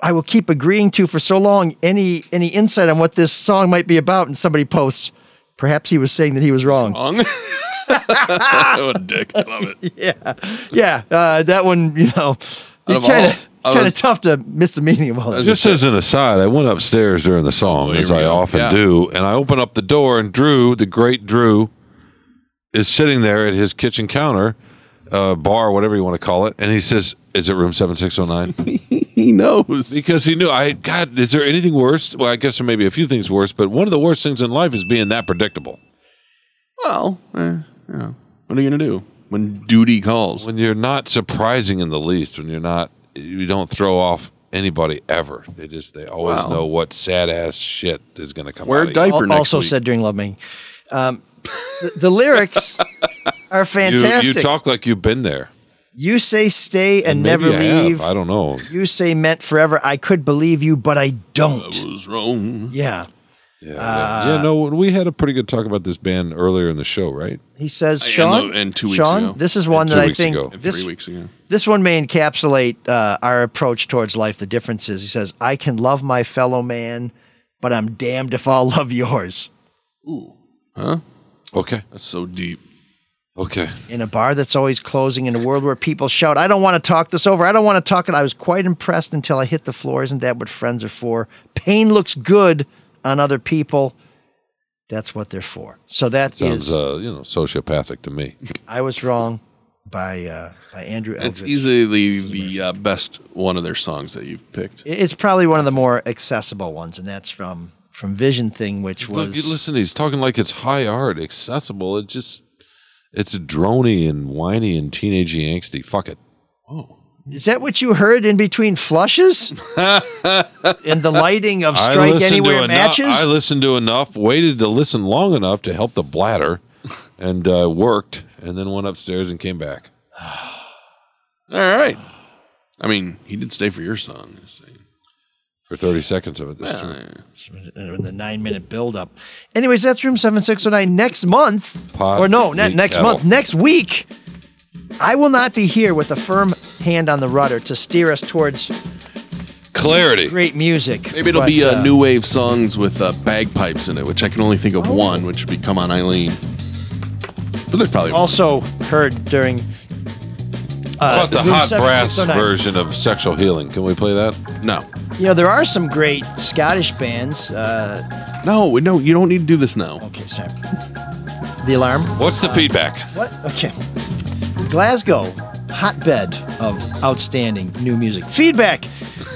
C: I will keep agreeing to for so long. Any any insight on what this song might be about? And somebody posts. Perhaps he was saying that he was wrong.
G: Wrong. what a dick. I love it.
C: yeah, yeah. Uh, that one, you know,
G: Out of
C: kind
G: all-
C: of
G: I
C: kind of
G: was-
C: tough to miss the meaning of all that.
H: Just as an aside, I went upstairs during the song, as
G: we
H: I
G: go.
H: often
G: Yeah.
H: do, and I open up the door, and Drew, the great Drew, is sitting there at his kitchen counter, uh, bar, whatever you want to call it, and he says, "Is it room seven six zero nine?
G: He knows.
H: Because he knew. I God, is there anything worse? Well, I guess there may be a few things worse, but one of the worst things in life is being that predictable.
G: well, eh, you know, what are you going to do when duty calls?
H: When you're not surprising in the least, when you're not, you don't throw off anybody ever. They just they always
G: Wow.
H: know what sad ass shit is going to come.
G: Wear
H: out
G: a
H: of you.
G: diaper
C: Al-
G: next
C: also
G: week.
C: said during love making. Um, the, the lyrics are
H: You,
C: fantastic.
H: you talk like you've been there.
C: You say stay and,
H: Maybe
C: never
H: I have.
C: leave.
H: I don't know.
C: You say meant forever. I could believe you, but I don't.
G: Uh,
H: I was wrong.
C: Yeah.
H: Yeah,
C: uh,
H: yeah. yeah, no, we had a pretty good talk about this band earlier in the show, right?
C: He says,
G: And
C: Sean.
G: the- and two weeks
C: Sean,
G: ago.
C: this is one
H: And
C: that
H: two
C: I
H: weeks
C: think
H: ago. And
C: this
G: three weeks ago.
C: this one may encapsulate uh, our approach towards life. The differences. He says, "I can love my fellow man, but I'm damned if I'll love yours."
H: Okay.
G: That's so deep.
H: Okay.
C: in a bar that's always closing, in a world where people shout, I don't want to talk this over. I don't want to talk it. I was quite impressed until I hit the floor. Isn't that what friends are for? Pain looks good on other people. That's what they're for. So that
H: Sounds,
C: is
H: uh, you know, sociopathic to me.
C: I was wrong by uh, by Andrew
G: It's
C: Eldridge.
G: easily the uh, best one of their songs that you've picked.
C: It- It's probably one of the more accessible ones, and that's from from Vision Thing, which
H: Look,
C: was
H: you listen, he's talking like it's high art, accessible. It just, it's drony and whiny and teenagey angsty. Fuck it.
C: is that what you heard in between flushes? and the lighting of Strike
H: listened to
C: Anywhere
H: enough-
C: matches?
H: I listened to enough, waited to listen long enough to help the bladder, and uh, worked, and then went upstairs and came back.
G: All right. I mean, he did stay for your song. just saying.
H: For 30 seconds of it. That's true.
C: in the nine minute buildup. Anyways, that's room 7609. Next month,
H: Pot
C: or no, not
H: meat
C: next
H: kettle.
C: month, next week, I will not be here with a firm hand on the rudder to steer us towards
H: Clarity.
C: great music.
G: Maybe it'll
C: But,
G: be uh,
C: uh,
G: new wave songs with uh, bagpipes in it, which I can only think of one, which would be "Come On Eileen." But there's probably
C: Also heard during. uh,
H: How about the
C: Room
H: hot brass
C: 7609?
H: version of Sexual Healing? Can we play that?
G: no,
C: You know, there are some great Scottish bands. Uh,
G: no, no. You don't need to do this now.
C: okay, sorry. The Alarm.
H: What's the feedback?
C: What? Okay. Glasgow, hotbed of outstanding new music. Feedback.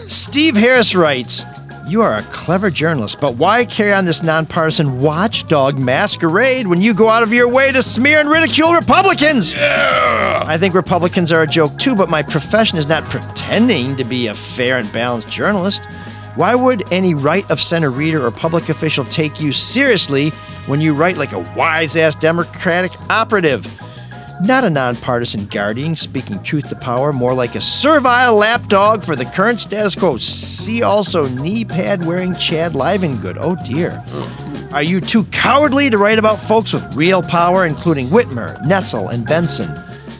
C: Steve Harris writes, you are a clever journalist, but why carry on this nonpartisan watchdog masquerade when you go out of your way to smear and ridicule Republicans? I think Republicans are a joke too, but my profession is not pretending to be a fair and balanced journalist. Why would any right of center reader or public official take you seriously when you write like a wise ass Democratic operative? Not a nonpartisan guardian speaking truth to power, more like a servile lapdog for the current status quo. See also knee pad wearing Chad Livengood. Oh dear. Are you too cowardly to write about folks with real power, including Whitmer, Nessel, and Benson?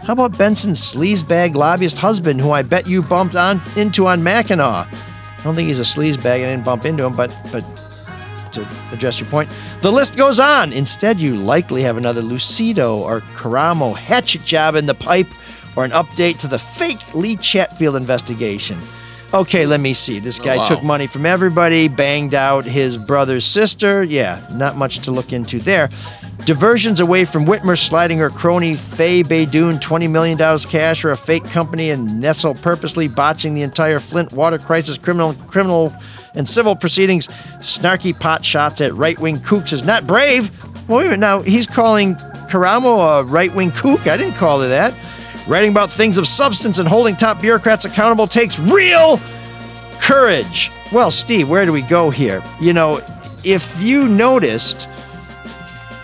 C: How about Benson's sleazebag lobbyist husband, who I bet you bumped on into on Mackinac? I don't think he's a sleazebag. I didn't bump into him, but but to address your point. The list goes on. Instead, you likely have another Lucido or Caramo hatchet job in the pipe or an update to the fake Lee Chatfield investigation. Okay, let me see. This guy
G: wow.
C: took money from everybody, banged out his brother's sister. Yeah, not much to look into there. Diversions away from Whitmer, sliding her crony Faye Baydoun $20 million cash or a fake company and Nestle purposely botching the entire Flint water crisis criminal criminal and civil proceedings. Snarky pot shots at right wing kooks is not brave. Well, wait a minute now. He's calling Karamo a right wing kook. I didn't call her that. Writing about things of substance and holding top bureaucrats accountable takes real courage. Well, Steve, where do we go here? You know, if you noticed,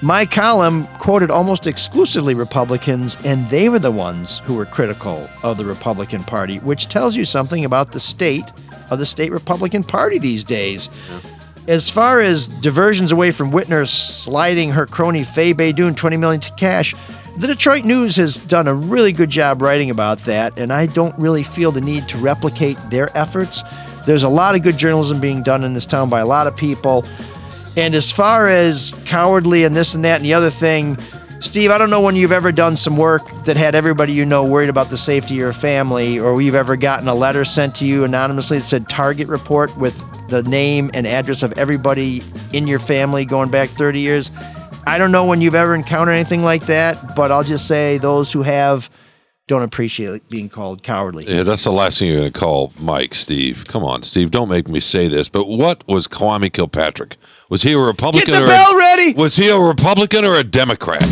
C: my column quoted almost exclusively Republicans, and they were the ones who were critical of the Republican Party, which tells you something about the state of the state Republican Party these days. As far as diversions away from Whitner sliding her crony Faye Baydoun 20 million to cash, the Detroit News has done a really good job writing about that, and I don't really feel the need to replicate their efforts. There's a lot of good journalism being done in this town by a lot of people. And as far as cowardly and this and that and the other thing, Steve, I don't know when you've ever done some work that had everybody you know worried about the safety of your family, or you've ever gotten a letter sent to you anonymously that said target report with the name and address of everybody in your family going back 30 years. I don't know when you've ever encountered anything like that, but I'll just say those who have don't appreciate being called cowardly.
H: Yeah, that's the last thing you're going to call Mike, Steve. Come on, Steve. Don't make me say this. But what was Kwame Kilpatrick? Was he a Republican?
C: Get the
H: or
C: bell
H: a,
C: ready!
H: Was he a Republican or a Democrat?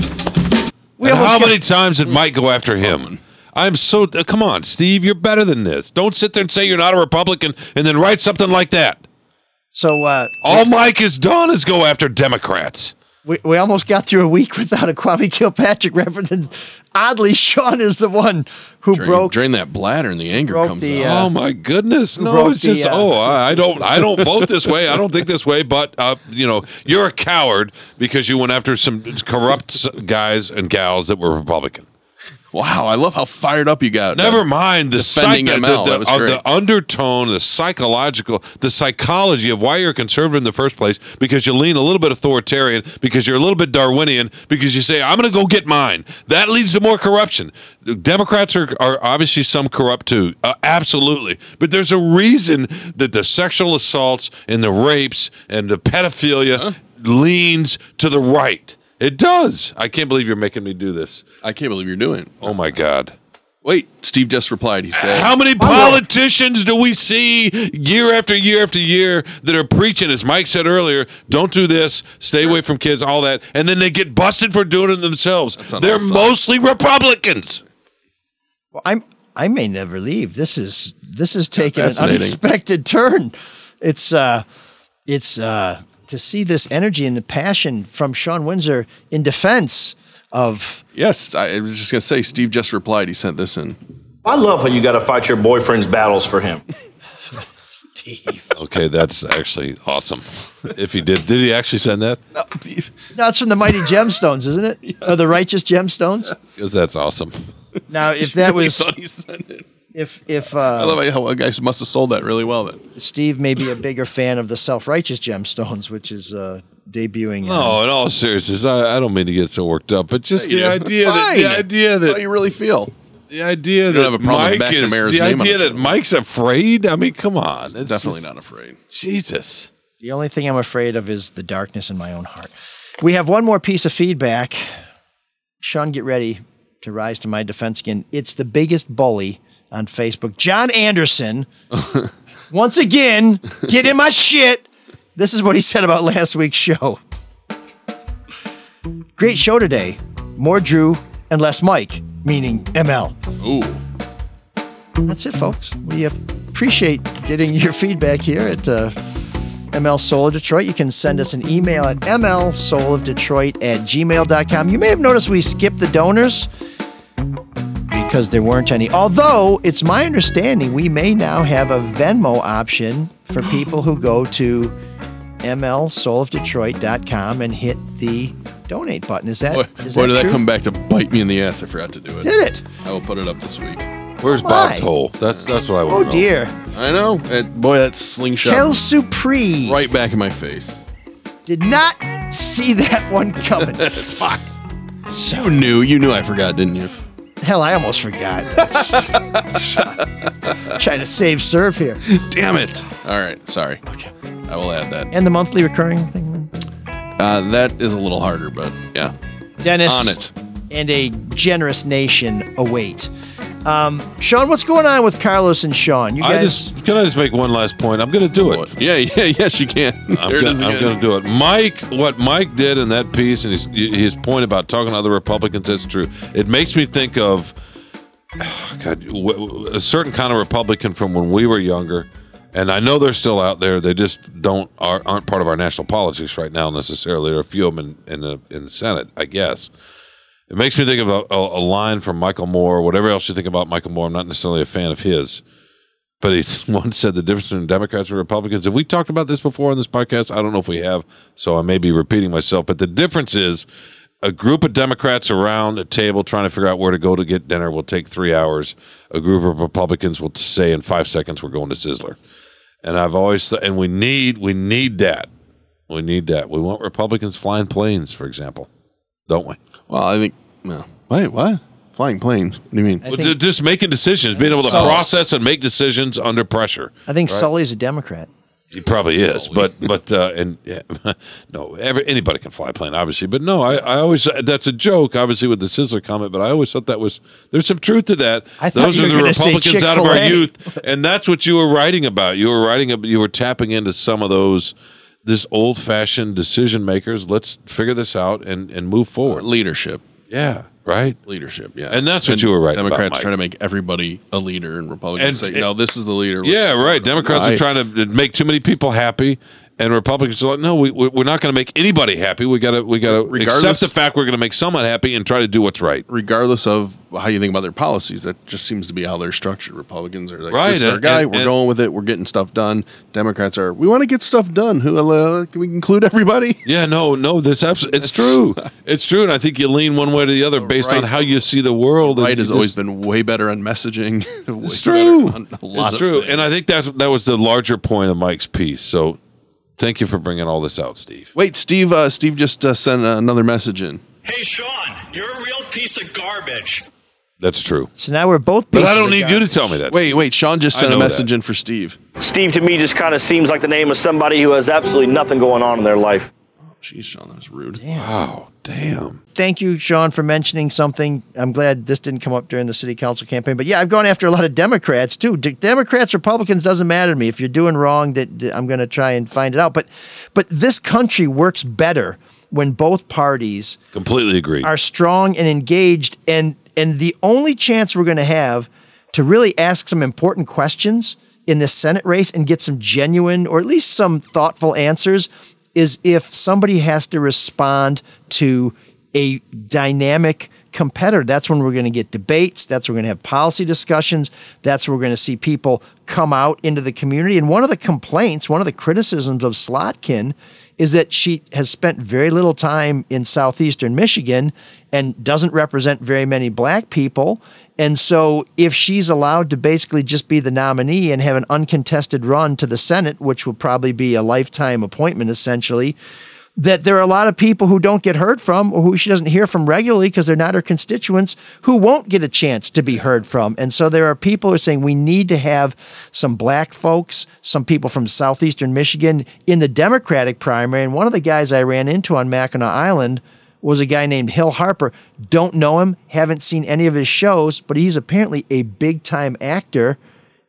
C: We
H: and
C: almost
H: how
C: got-
H: many times did Mike go after him? I'm so. Uh, come on, Steve. You're better than this. Don't sit there and say you're not a Republican and then write something like that.
C: So, uh,
H: All Mike has done is go after Democrats.
C: we, we almost got through a week without a Kwame Kilpatrick reference. And oddly, Sean is the one who
G: Drain,
C: broke.
G: drain that bladder and the anger
C: broke
G: comes
C: the,
G: out.
C: uh,
H: oh my goodness! No,
C: broke
H: it's just
C: the, uh,
H: oh, I, I don't, I don't vote this way. I don't think this way. But uh, you know, you're a coward because you went after some corrupt s- guys and gals that were Republican.
G: wow, I love how fired up you got.
H: Never mind the,
G: Defending
H: psych- the,
G: ML,
H: the-
G: that was
H: uh,
G: great.
H: the undertone, the psychological, the psychology of why you're a conservative in the first place because you lean a little bit authoritarian, because you're a little bit Darwinian, because you say, I'm going to go get mine. That leads to more corruption. The Democrats are, are obviously some corrupt too, uh, absolutely. But there's a reason that the sexual assaults and the rapes and the pedophilia leans to the right. It does. I can't believe you're making me do this.
G: I can't believe you're doing. it.
H: Oh my God.
G: Wait, Steve just replied. He said,
H: How many politicians do we see year after year after year that are preaching, as Mike said earlier, don't do this, stay away from kids, all that, and then they get busted for doing it themselves?
G: on
H: They're
G: our side.
H: mostly Republicans.
C: Well, I'm I may never leave. This is this is taking an
G: Fascinating.
C: unexpected turn. It's uh it's uh to see this energy and the passion from Sean Windsor in defense of
G: "Yes." I I was just gonna say. Steve just replied. He sent this in.
K: I love how you got to fight your boyfriend's battles for him.
H: Okay, that's actually awesome. If he did, did he actually send that?
C: no, it's from the Mighty Gemstones, isn't it? Or the Righteous Gemstones.
H: Because that's awesome.
C: Now, if that
G: Really
C: was
G: thought he sent it.
C: if if
G: I
C: uh,
G: love how a guy must have sold that really well. Then
C: Steve may be a bigger fan of the Self Righteous Gemstones, which is uh, debuting. in-
G: Oh,
H: No, in all seriousness, I, I don't mean to get so worked up, but just the idea that the idea
G: That's how
H: that
G: you really feel.
H: The idea
G: don't
H: that
G: have a problem with
H: Mike
G: backing
H: is
G: the mayor's
H: the
G: name on
H: idea
G: it,
H: that
G: so.
H: Mike's afraid. I mean, come on, It's
G: Definitely
H: just-
G: not afraid.
H: Jesus.
C: The only thing I'm afraid of is the darkness in my own heart. We have one more piece of feedback. Sean, get ready to rise to my defense again. It's the biggest bully on Facebook, John Anderson. Once again, get in my shit. This is what he said about last week's show. Great show today. More Drew and less Mike, meaning ML.
G: Ooh,
C: That's it, folks. We appreciate getting your feedback here at uh, ML Soul of Detroit. You can send us an email at mlsoulofdetroit at gmail.com. You may have noticed we skipped the donors because there weren't any. Although, it's my understanding we may now have a Venmo option for people who go to mlsoulofdetroit.com and hit the donate button. Is that,
G: boy,
C: is
G: boy,
C: that
G: did
C: true?
G: that come back to bite me in the ass? I forgot to do it.
C: Did it?
G: I will put it up this week.
H: Where's
C: Oh, my.
H: Bob Cole? That's that's what I want.
C: Oh, dear.
G: I know. It, boy, that slingshot
C: Kel Supri.
G: right back in my face.
C: Did not see that one coming.
G: Fuck. You knew. You knew I forgot, didn't you?
C: Hell, I almost forgot. Trying to save serve here.
G: Damn it. All right. Sorry. Okay. I will add that.
C: And the monthly recurring thing.
G: Uh, that is a little harder, but yeah.
C: Dennis.
G: On it.
C: And a generous nation await. Um, Sean, what's going on with Carlos and Sean? You guys,
H: I just can I just make one last point. I'm going to do it.
G: Yeah, yeah, yes, you can.
H: I'm
G: there it
H: gonna-
G: is
H: I'm going
G: again.
H: to do it. Mike, what Mike did in that piece and his, his point about talking to other Republicans, that's true. It makes me think of God, w- w- a certain kind of Republican from when we were younger. And I know they're still out there. They just don't are, aren't part of our national politics right now necessarily. There are a few of them in, in the in the Senate, I guess. It makes me think of a, a, a line from Michael Moore. Whatever else you think about Michael Moore, I'm not necessarily a fan of his. But he once said the difference between Democrats and Republicans. Have we talked about this before on this podcast? I don't know if we have, so I may be repeating myself. But the difference is a group of Democrats around a table trying to figure out where to go to get dinner will take three hours. A group of Republicans will say in five seconds, we're going to Sizzler. And I've always thought, and we need, we need that. We need that. We want Republicans flying planes, for example, don't we?
G: Well, I think. No. Wait, what? Flying planes. What do you mean?
C: I
H: Well,
C: think,
H: ju- just making decisions, being able to
C: so.
H: process and make decisions under pressure.
C: I think Sully's a Democrat.
H: He probably is,
G: Sully.
H: but but uh, and yeah, no, every, anybody can fly a plane, obviously. But no, I, I always that's a joke, obviously, with the Sizzler comment. But I always thought that was there's some truth to that.
C: I thought
H: Those
C: you
H: are
C: were
H: the
C: gonna say
H: Republicans out of our
C: Chick-fil-A.
H: youth, and that's what you were writing about. You were writing, ab- you were tapping into some of those this old fashioned decision makers. Let's figure this out and and move forward.
G: Leadership.
H: Yeah, right.
G: Leadership, Uh, yeah.
H: And that's what you were right about,
G: Democrats
H: Mike.
G: trying to make everybody a leader and Republicans
H: And-
G: say, no, this is the leader. Let's
H: Yeah,
G: support
H: right.
G: him."
H: Democrats
G: I-
H: are trying to make too many people happy, And Republicans are like, no, we, we- we're not going to make anybody happy. We got to we got to
G: Regardless-
H: accept the fact we're going to make some unhappy and try to do what's right.
G: regardless of how you think about their policies, that just seems to be how they're structured. Republicans are like,
H: Right,
G: this is our
H: and-
G: guy.
H: and-
G: we're
H: and-
G: going with it. We're getting stuff done. Democrats are, we want to get stuff done. Who uh, can we include everybody?
H: Yeah, no, no, that's absolutely it's true. It's true, and I think you lean one way or the other based on
G: right-
H: how you see the world. and
G: Right has
H: you
G: always
H: just-
G: been way better on messaging. Way
H: It's
G: better
H: true.
G: on a lot
H: it's
G: of
H: true,
G: things.
H: and I think that that was the larger point of Mike's piece. So, thank you for bringing all this out, Steve.
G: Wait, Steve. Uh, Steve just uh, sent another message in.
L: Hey, Sean, you're a real piece of garbage.
H: That's true.
C: So now we're both.
H: But I
G: pieces
H: don't
G: of
H: need you to tell me that.
G: Wait, wait. Sean just
H: I
G: sent a
H: know
G: message
H: that.
G: in for Steve.
K: Steve to me just kind of seems like the name of somebody who has absolutely nothing going on in their life.
G: Jeez, Sean, that was rude.
H: Wow, damn.
C: Thank you, Sean, for mentioning something. I'm glad this didn't come up during the city council campaign. But yeah, I've gone after a lot of Democrats too. D- Democrats, Republicans doesn't matter to me. If you're doing wrong, that that I'm going to try and find it out. But but this country works better when both parties
H: Completely agree.
C: are strong and engaged and and the only chance we're going to have to really ask some important questions in this senate race and get some genuine or at least some thoughtful answers is if somebody has to respond to a dynamic competitor that's when we're going to get debates that's when we're going to have policy discussions that's where we're going to see people come out into the community and one of the complaints one of the criticisms of slotkin is that she has spent very little time in southeastern Michigan and doesn't represent very many black people. And so, if she's allowed to basically just be the nominee and have an uncontested run to the Senate, which will probably be a lifetime appointment essentially, that there are a lot of people who don't get heard from or who she doesn't hear from regularly because they're not her constituents who won't get a chance to be heard from. And so there are people who are saying we need to have some black folks, some people from southeastern Michigan in the Democratic primary. And one of the guys I ran into on Mackinac Island was a guy named Hill Harper. Don't know him, haven't seen any of his shows, but he's apparently a big time actor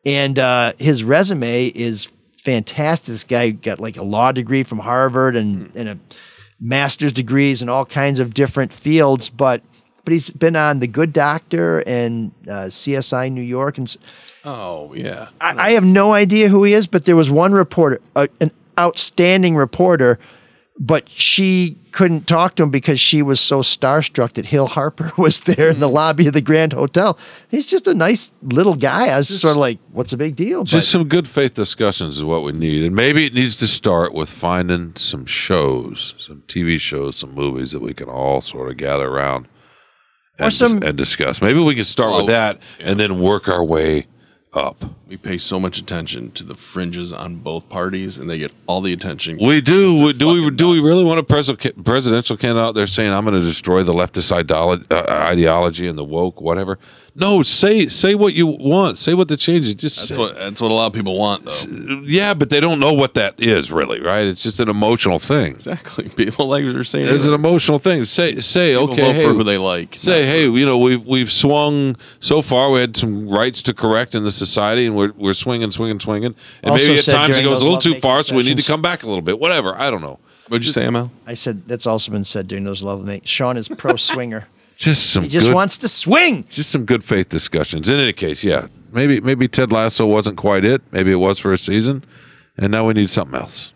C: and uh, his resume is fantastic. This guy got like a law degree from Harvard and and a master's degrees in all kinds of different fields, but but he's been on The Good Doctor and uh, CSI New York, and s-
G: Oh yeah.
C: I, I have no idea who he is. But there was one reporter, a, an outstanding reporter, but she couldn't talk to him because she was so starstruck that Hill Harper was there in the lobby of the Grand Hotel. He's just a nice little guy. I was sort of like, what's the big deal? But-
H: Just some good faith discussions is what we need. And maybe it needs to start with finding some shows, some TV shows, some movies that we can all sort of gather around and, dis-
C: some-
H: and discuss. Maybe we can start
G: Oh,
H: with that and then work our way up.
G: We pay so much attention to the fringes on both parties, and they get all the attention.
H: We do. We, do we do we really want a pres- presidential candidate out there saying I'm going to destroy the leftist ideolo- uh, ideology and the woke whatever? No, say say what you want. Say what the changes. Just
G: That's
H: say-
G: what that's what a lot of people want, though.
H: yeah, but they don't know what that is really, right? It's just an emotional thing.
G: Exactly. People like you're saying.
H: It's an emotional thing. Say say
G: People
H: okay,
G: vote
H: hey,
G: for who they like.
H: Say hey, you know we've we've swung so far. We had some rights to correct in the society, and we're we're swinging, swinging, swinging. And
C: Also
H: maybe at
C: said
H: times it
C: during
H: goes a
C: those
H: little too
C: lovemaking
H: far, so we need to
C: sessions-
H: come back a little bit. Whatever. I don't know.
G: What'd you say, Mel?
C: I said that's also been said during those love mates. Sean is pro swinger.
H: Just some
C: He just
H: good,
C: wants to swing.
H: just some good faith discussions. In any case, yeah, maybe maybe Ted Lasso wasn't quite it. Maybe it was for a season, and now we need something else.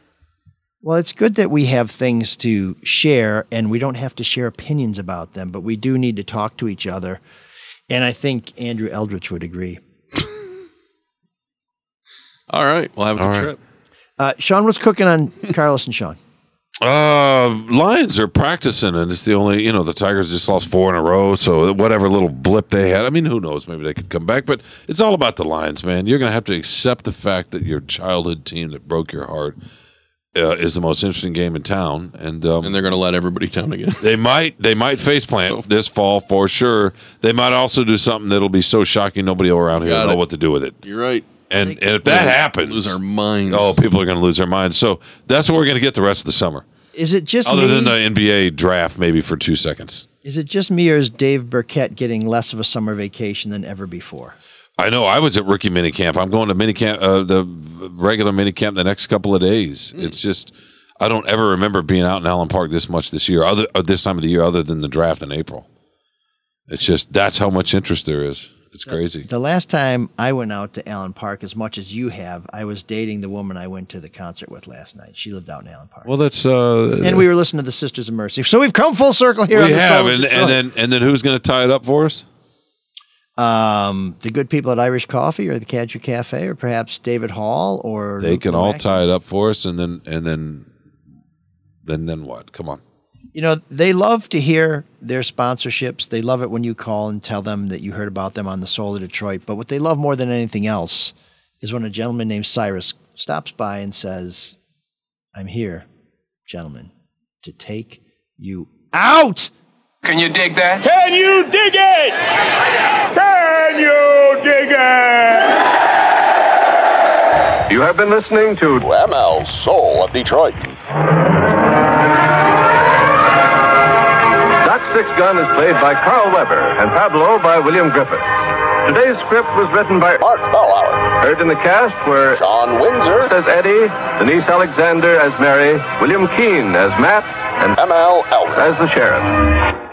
C: Well, it's good that we have things to share and we don't have to share opinions about them, but we do need to talk to each other. And I think Andrew Eldritch would agree.
G: All right, we'll have a good
H: All right.
G: trip.
C: Uh, Sean, what's cooking on Carlos and Sean?
H: Uh, Lions are practicing, and it's the only you know the Tigers just lost four in a row, so whatever little blip they had, I mean, who knows? Maybe they could come back, but it's all about the Lions, man. You're gonna have to accept the fact that your childhood team that broke your heart uh, is the most interesting game in town, and um,
G: And they're gonna let everybody down again.
H: they might they might face plant
G: So-
H: this fall for sure. They might also do something that'll be so shocking nobody around here will
G: Got
H: know
G: it.
H: what to do with it.
G: You're right.
H: And, and if that
G: We'll
H: happens,
G: lose our minds.
H: Oh, people are going to lose their minds. So that's what we're going to get the rest of the summer.
C: Is it just
H: Other
C: me?
H: than the NBA draft, maybe for two seconds.
C: is it just me or is Dave Burkett getting less of a summer vacation than ever before?
H: I know. I was at rookie minicamp. I'm going to minicamp, uh, the v- regular minicamp, the next couple of days.
C: Mm.
H: It's just I don't ever remember being out in Allen Park this much this year, other uh, this time of the year, other than the draft in April. It's just that's how much interest there is. It's crazy.
C: The last time I went out to Allen Park, as much as you have, I was dating the woman I went to the concert with last night. She lived out in Allen Park.
H: Well, that's uh,
C: And we were listening to the Sisters of Mercy. So we've come full circle here on
H: we
C: the
H: have,
C: Solid
H: and,
C: Show.
H: and then and then who's going to tie it up for us?
C: um, the good people at Irish Coffee or the Cadger Cafe or perhaps David Hall or
H: They
C: Luke
H: can all
C: Nowak.
H: tie it up for us, and then and then then then what? Come on.
C: You know, they love to hear their sponsorships. They love it when you call and tell them that you heard about them on the Soul of Detroit. But what they love more than anything else is when a gentleman named Cyrus stops by and says, I'm here, gentlemen, to take you out.
M: Can you dig that? Can you dig it? Can you dig it?
A: You have been listening to
B: ML Soul of Detroit.
A: Doc Six Gun is played by Carl Weber and Pablo by William Griffith. Today's script was written by Mark Fallauer. Heard in the cast were John Windsor as Eddie, Denise Alexander as Mary, William Keene as Matt, and M.L. Elder as the sheriff.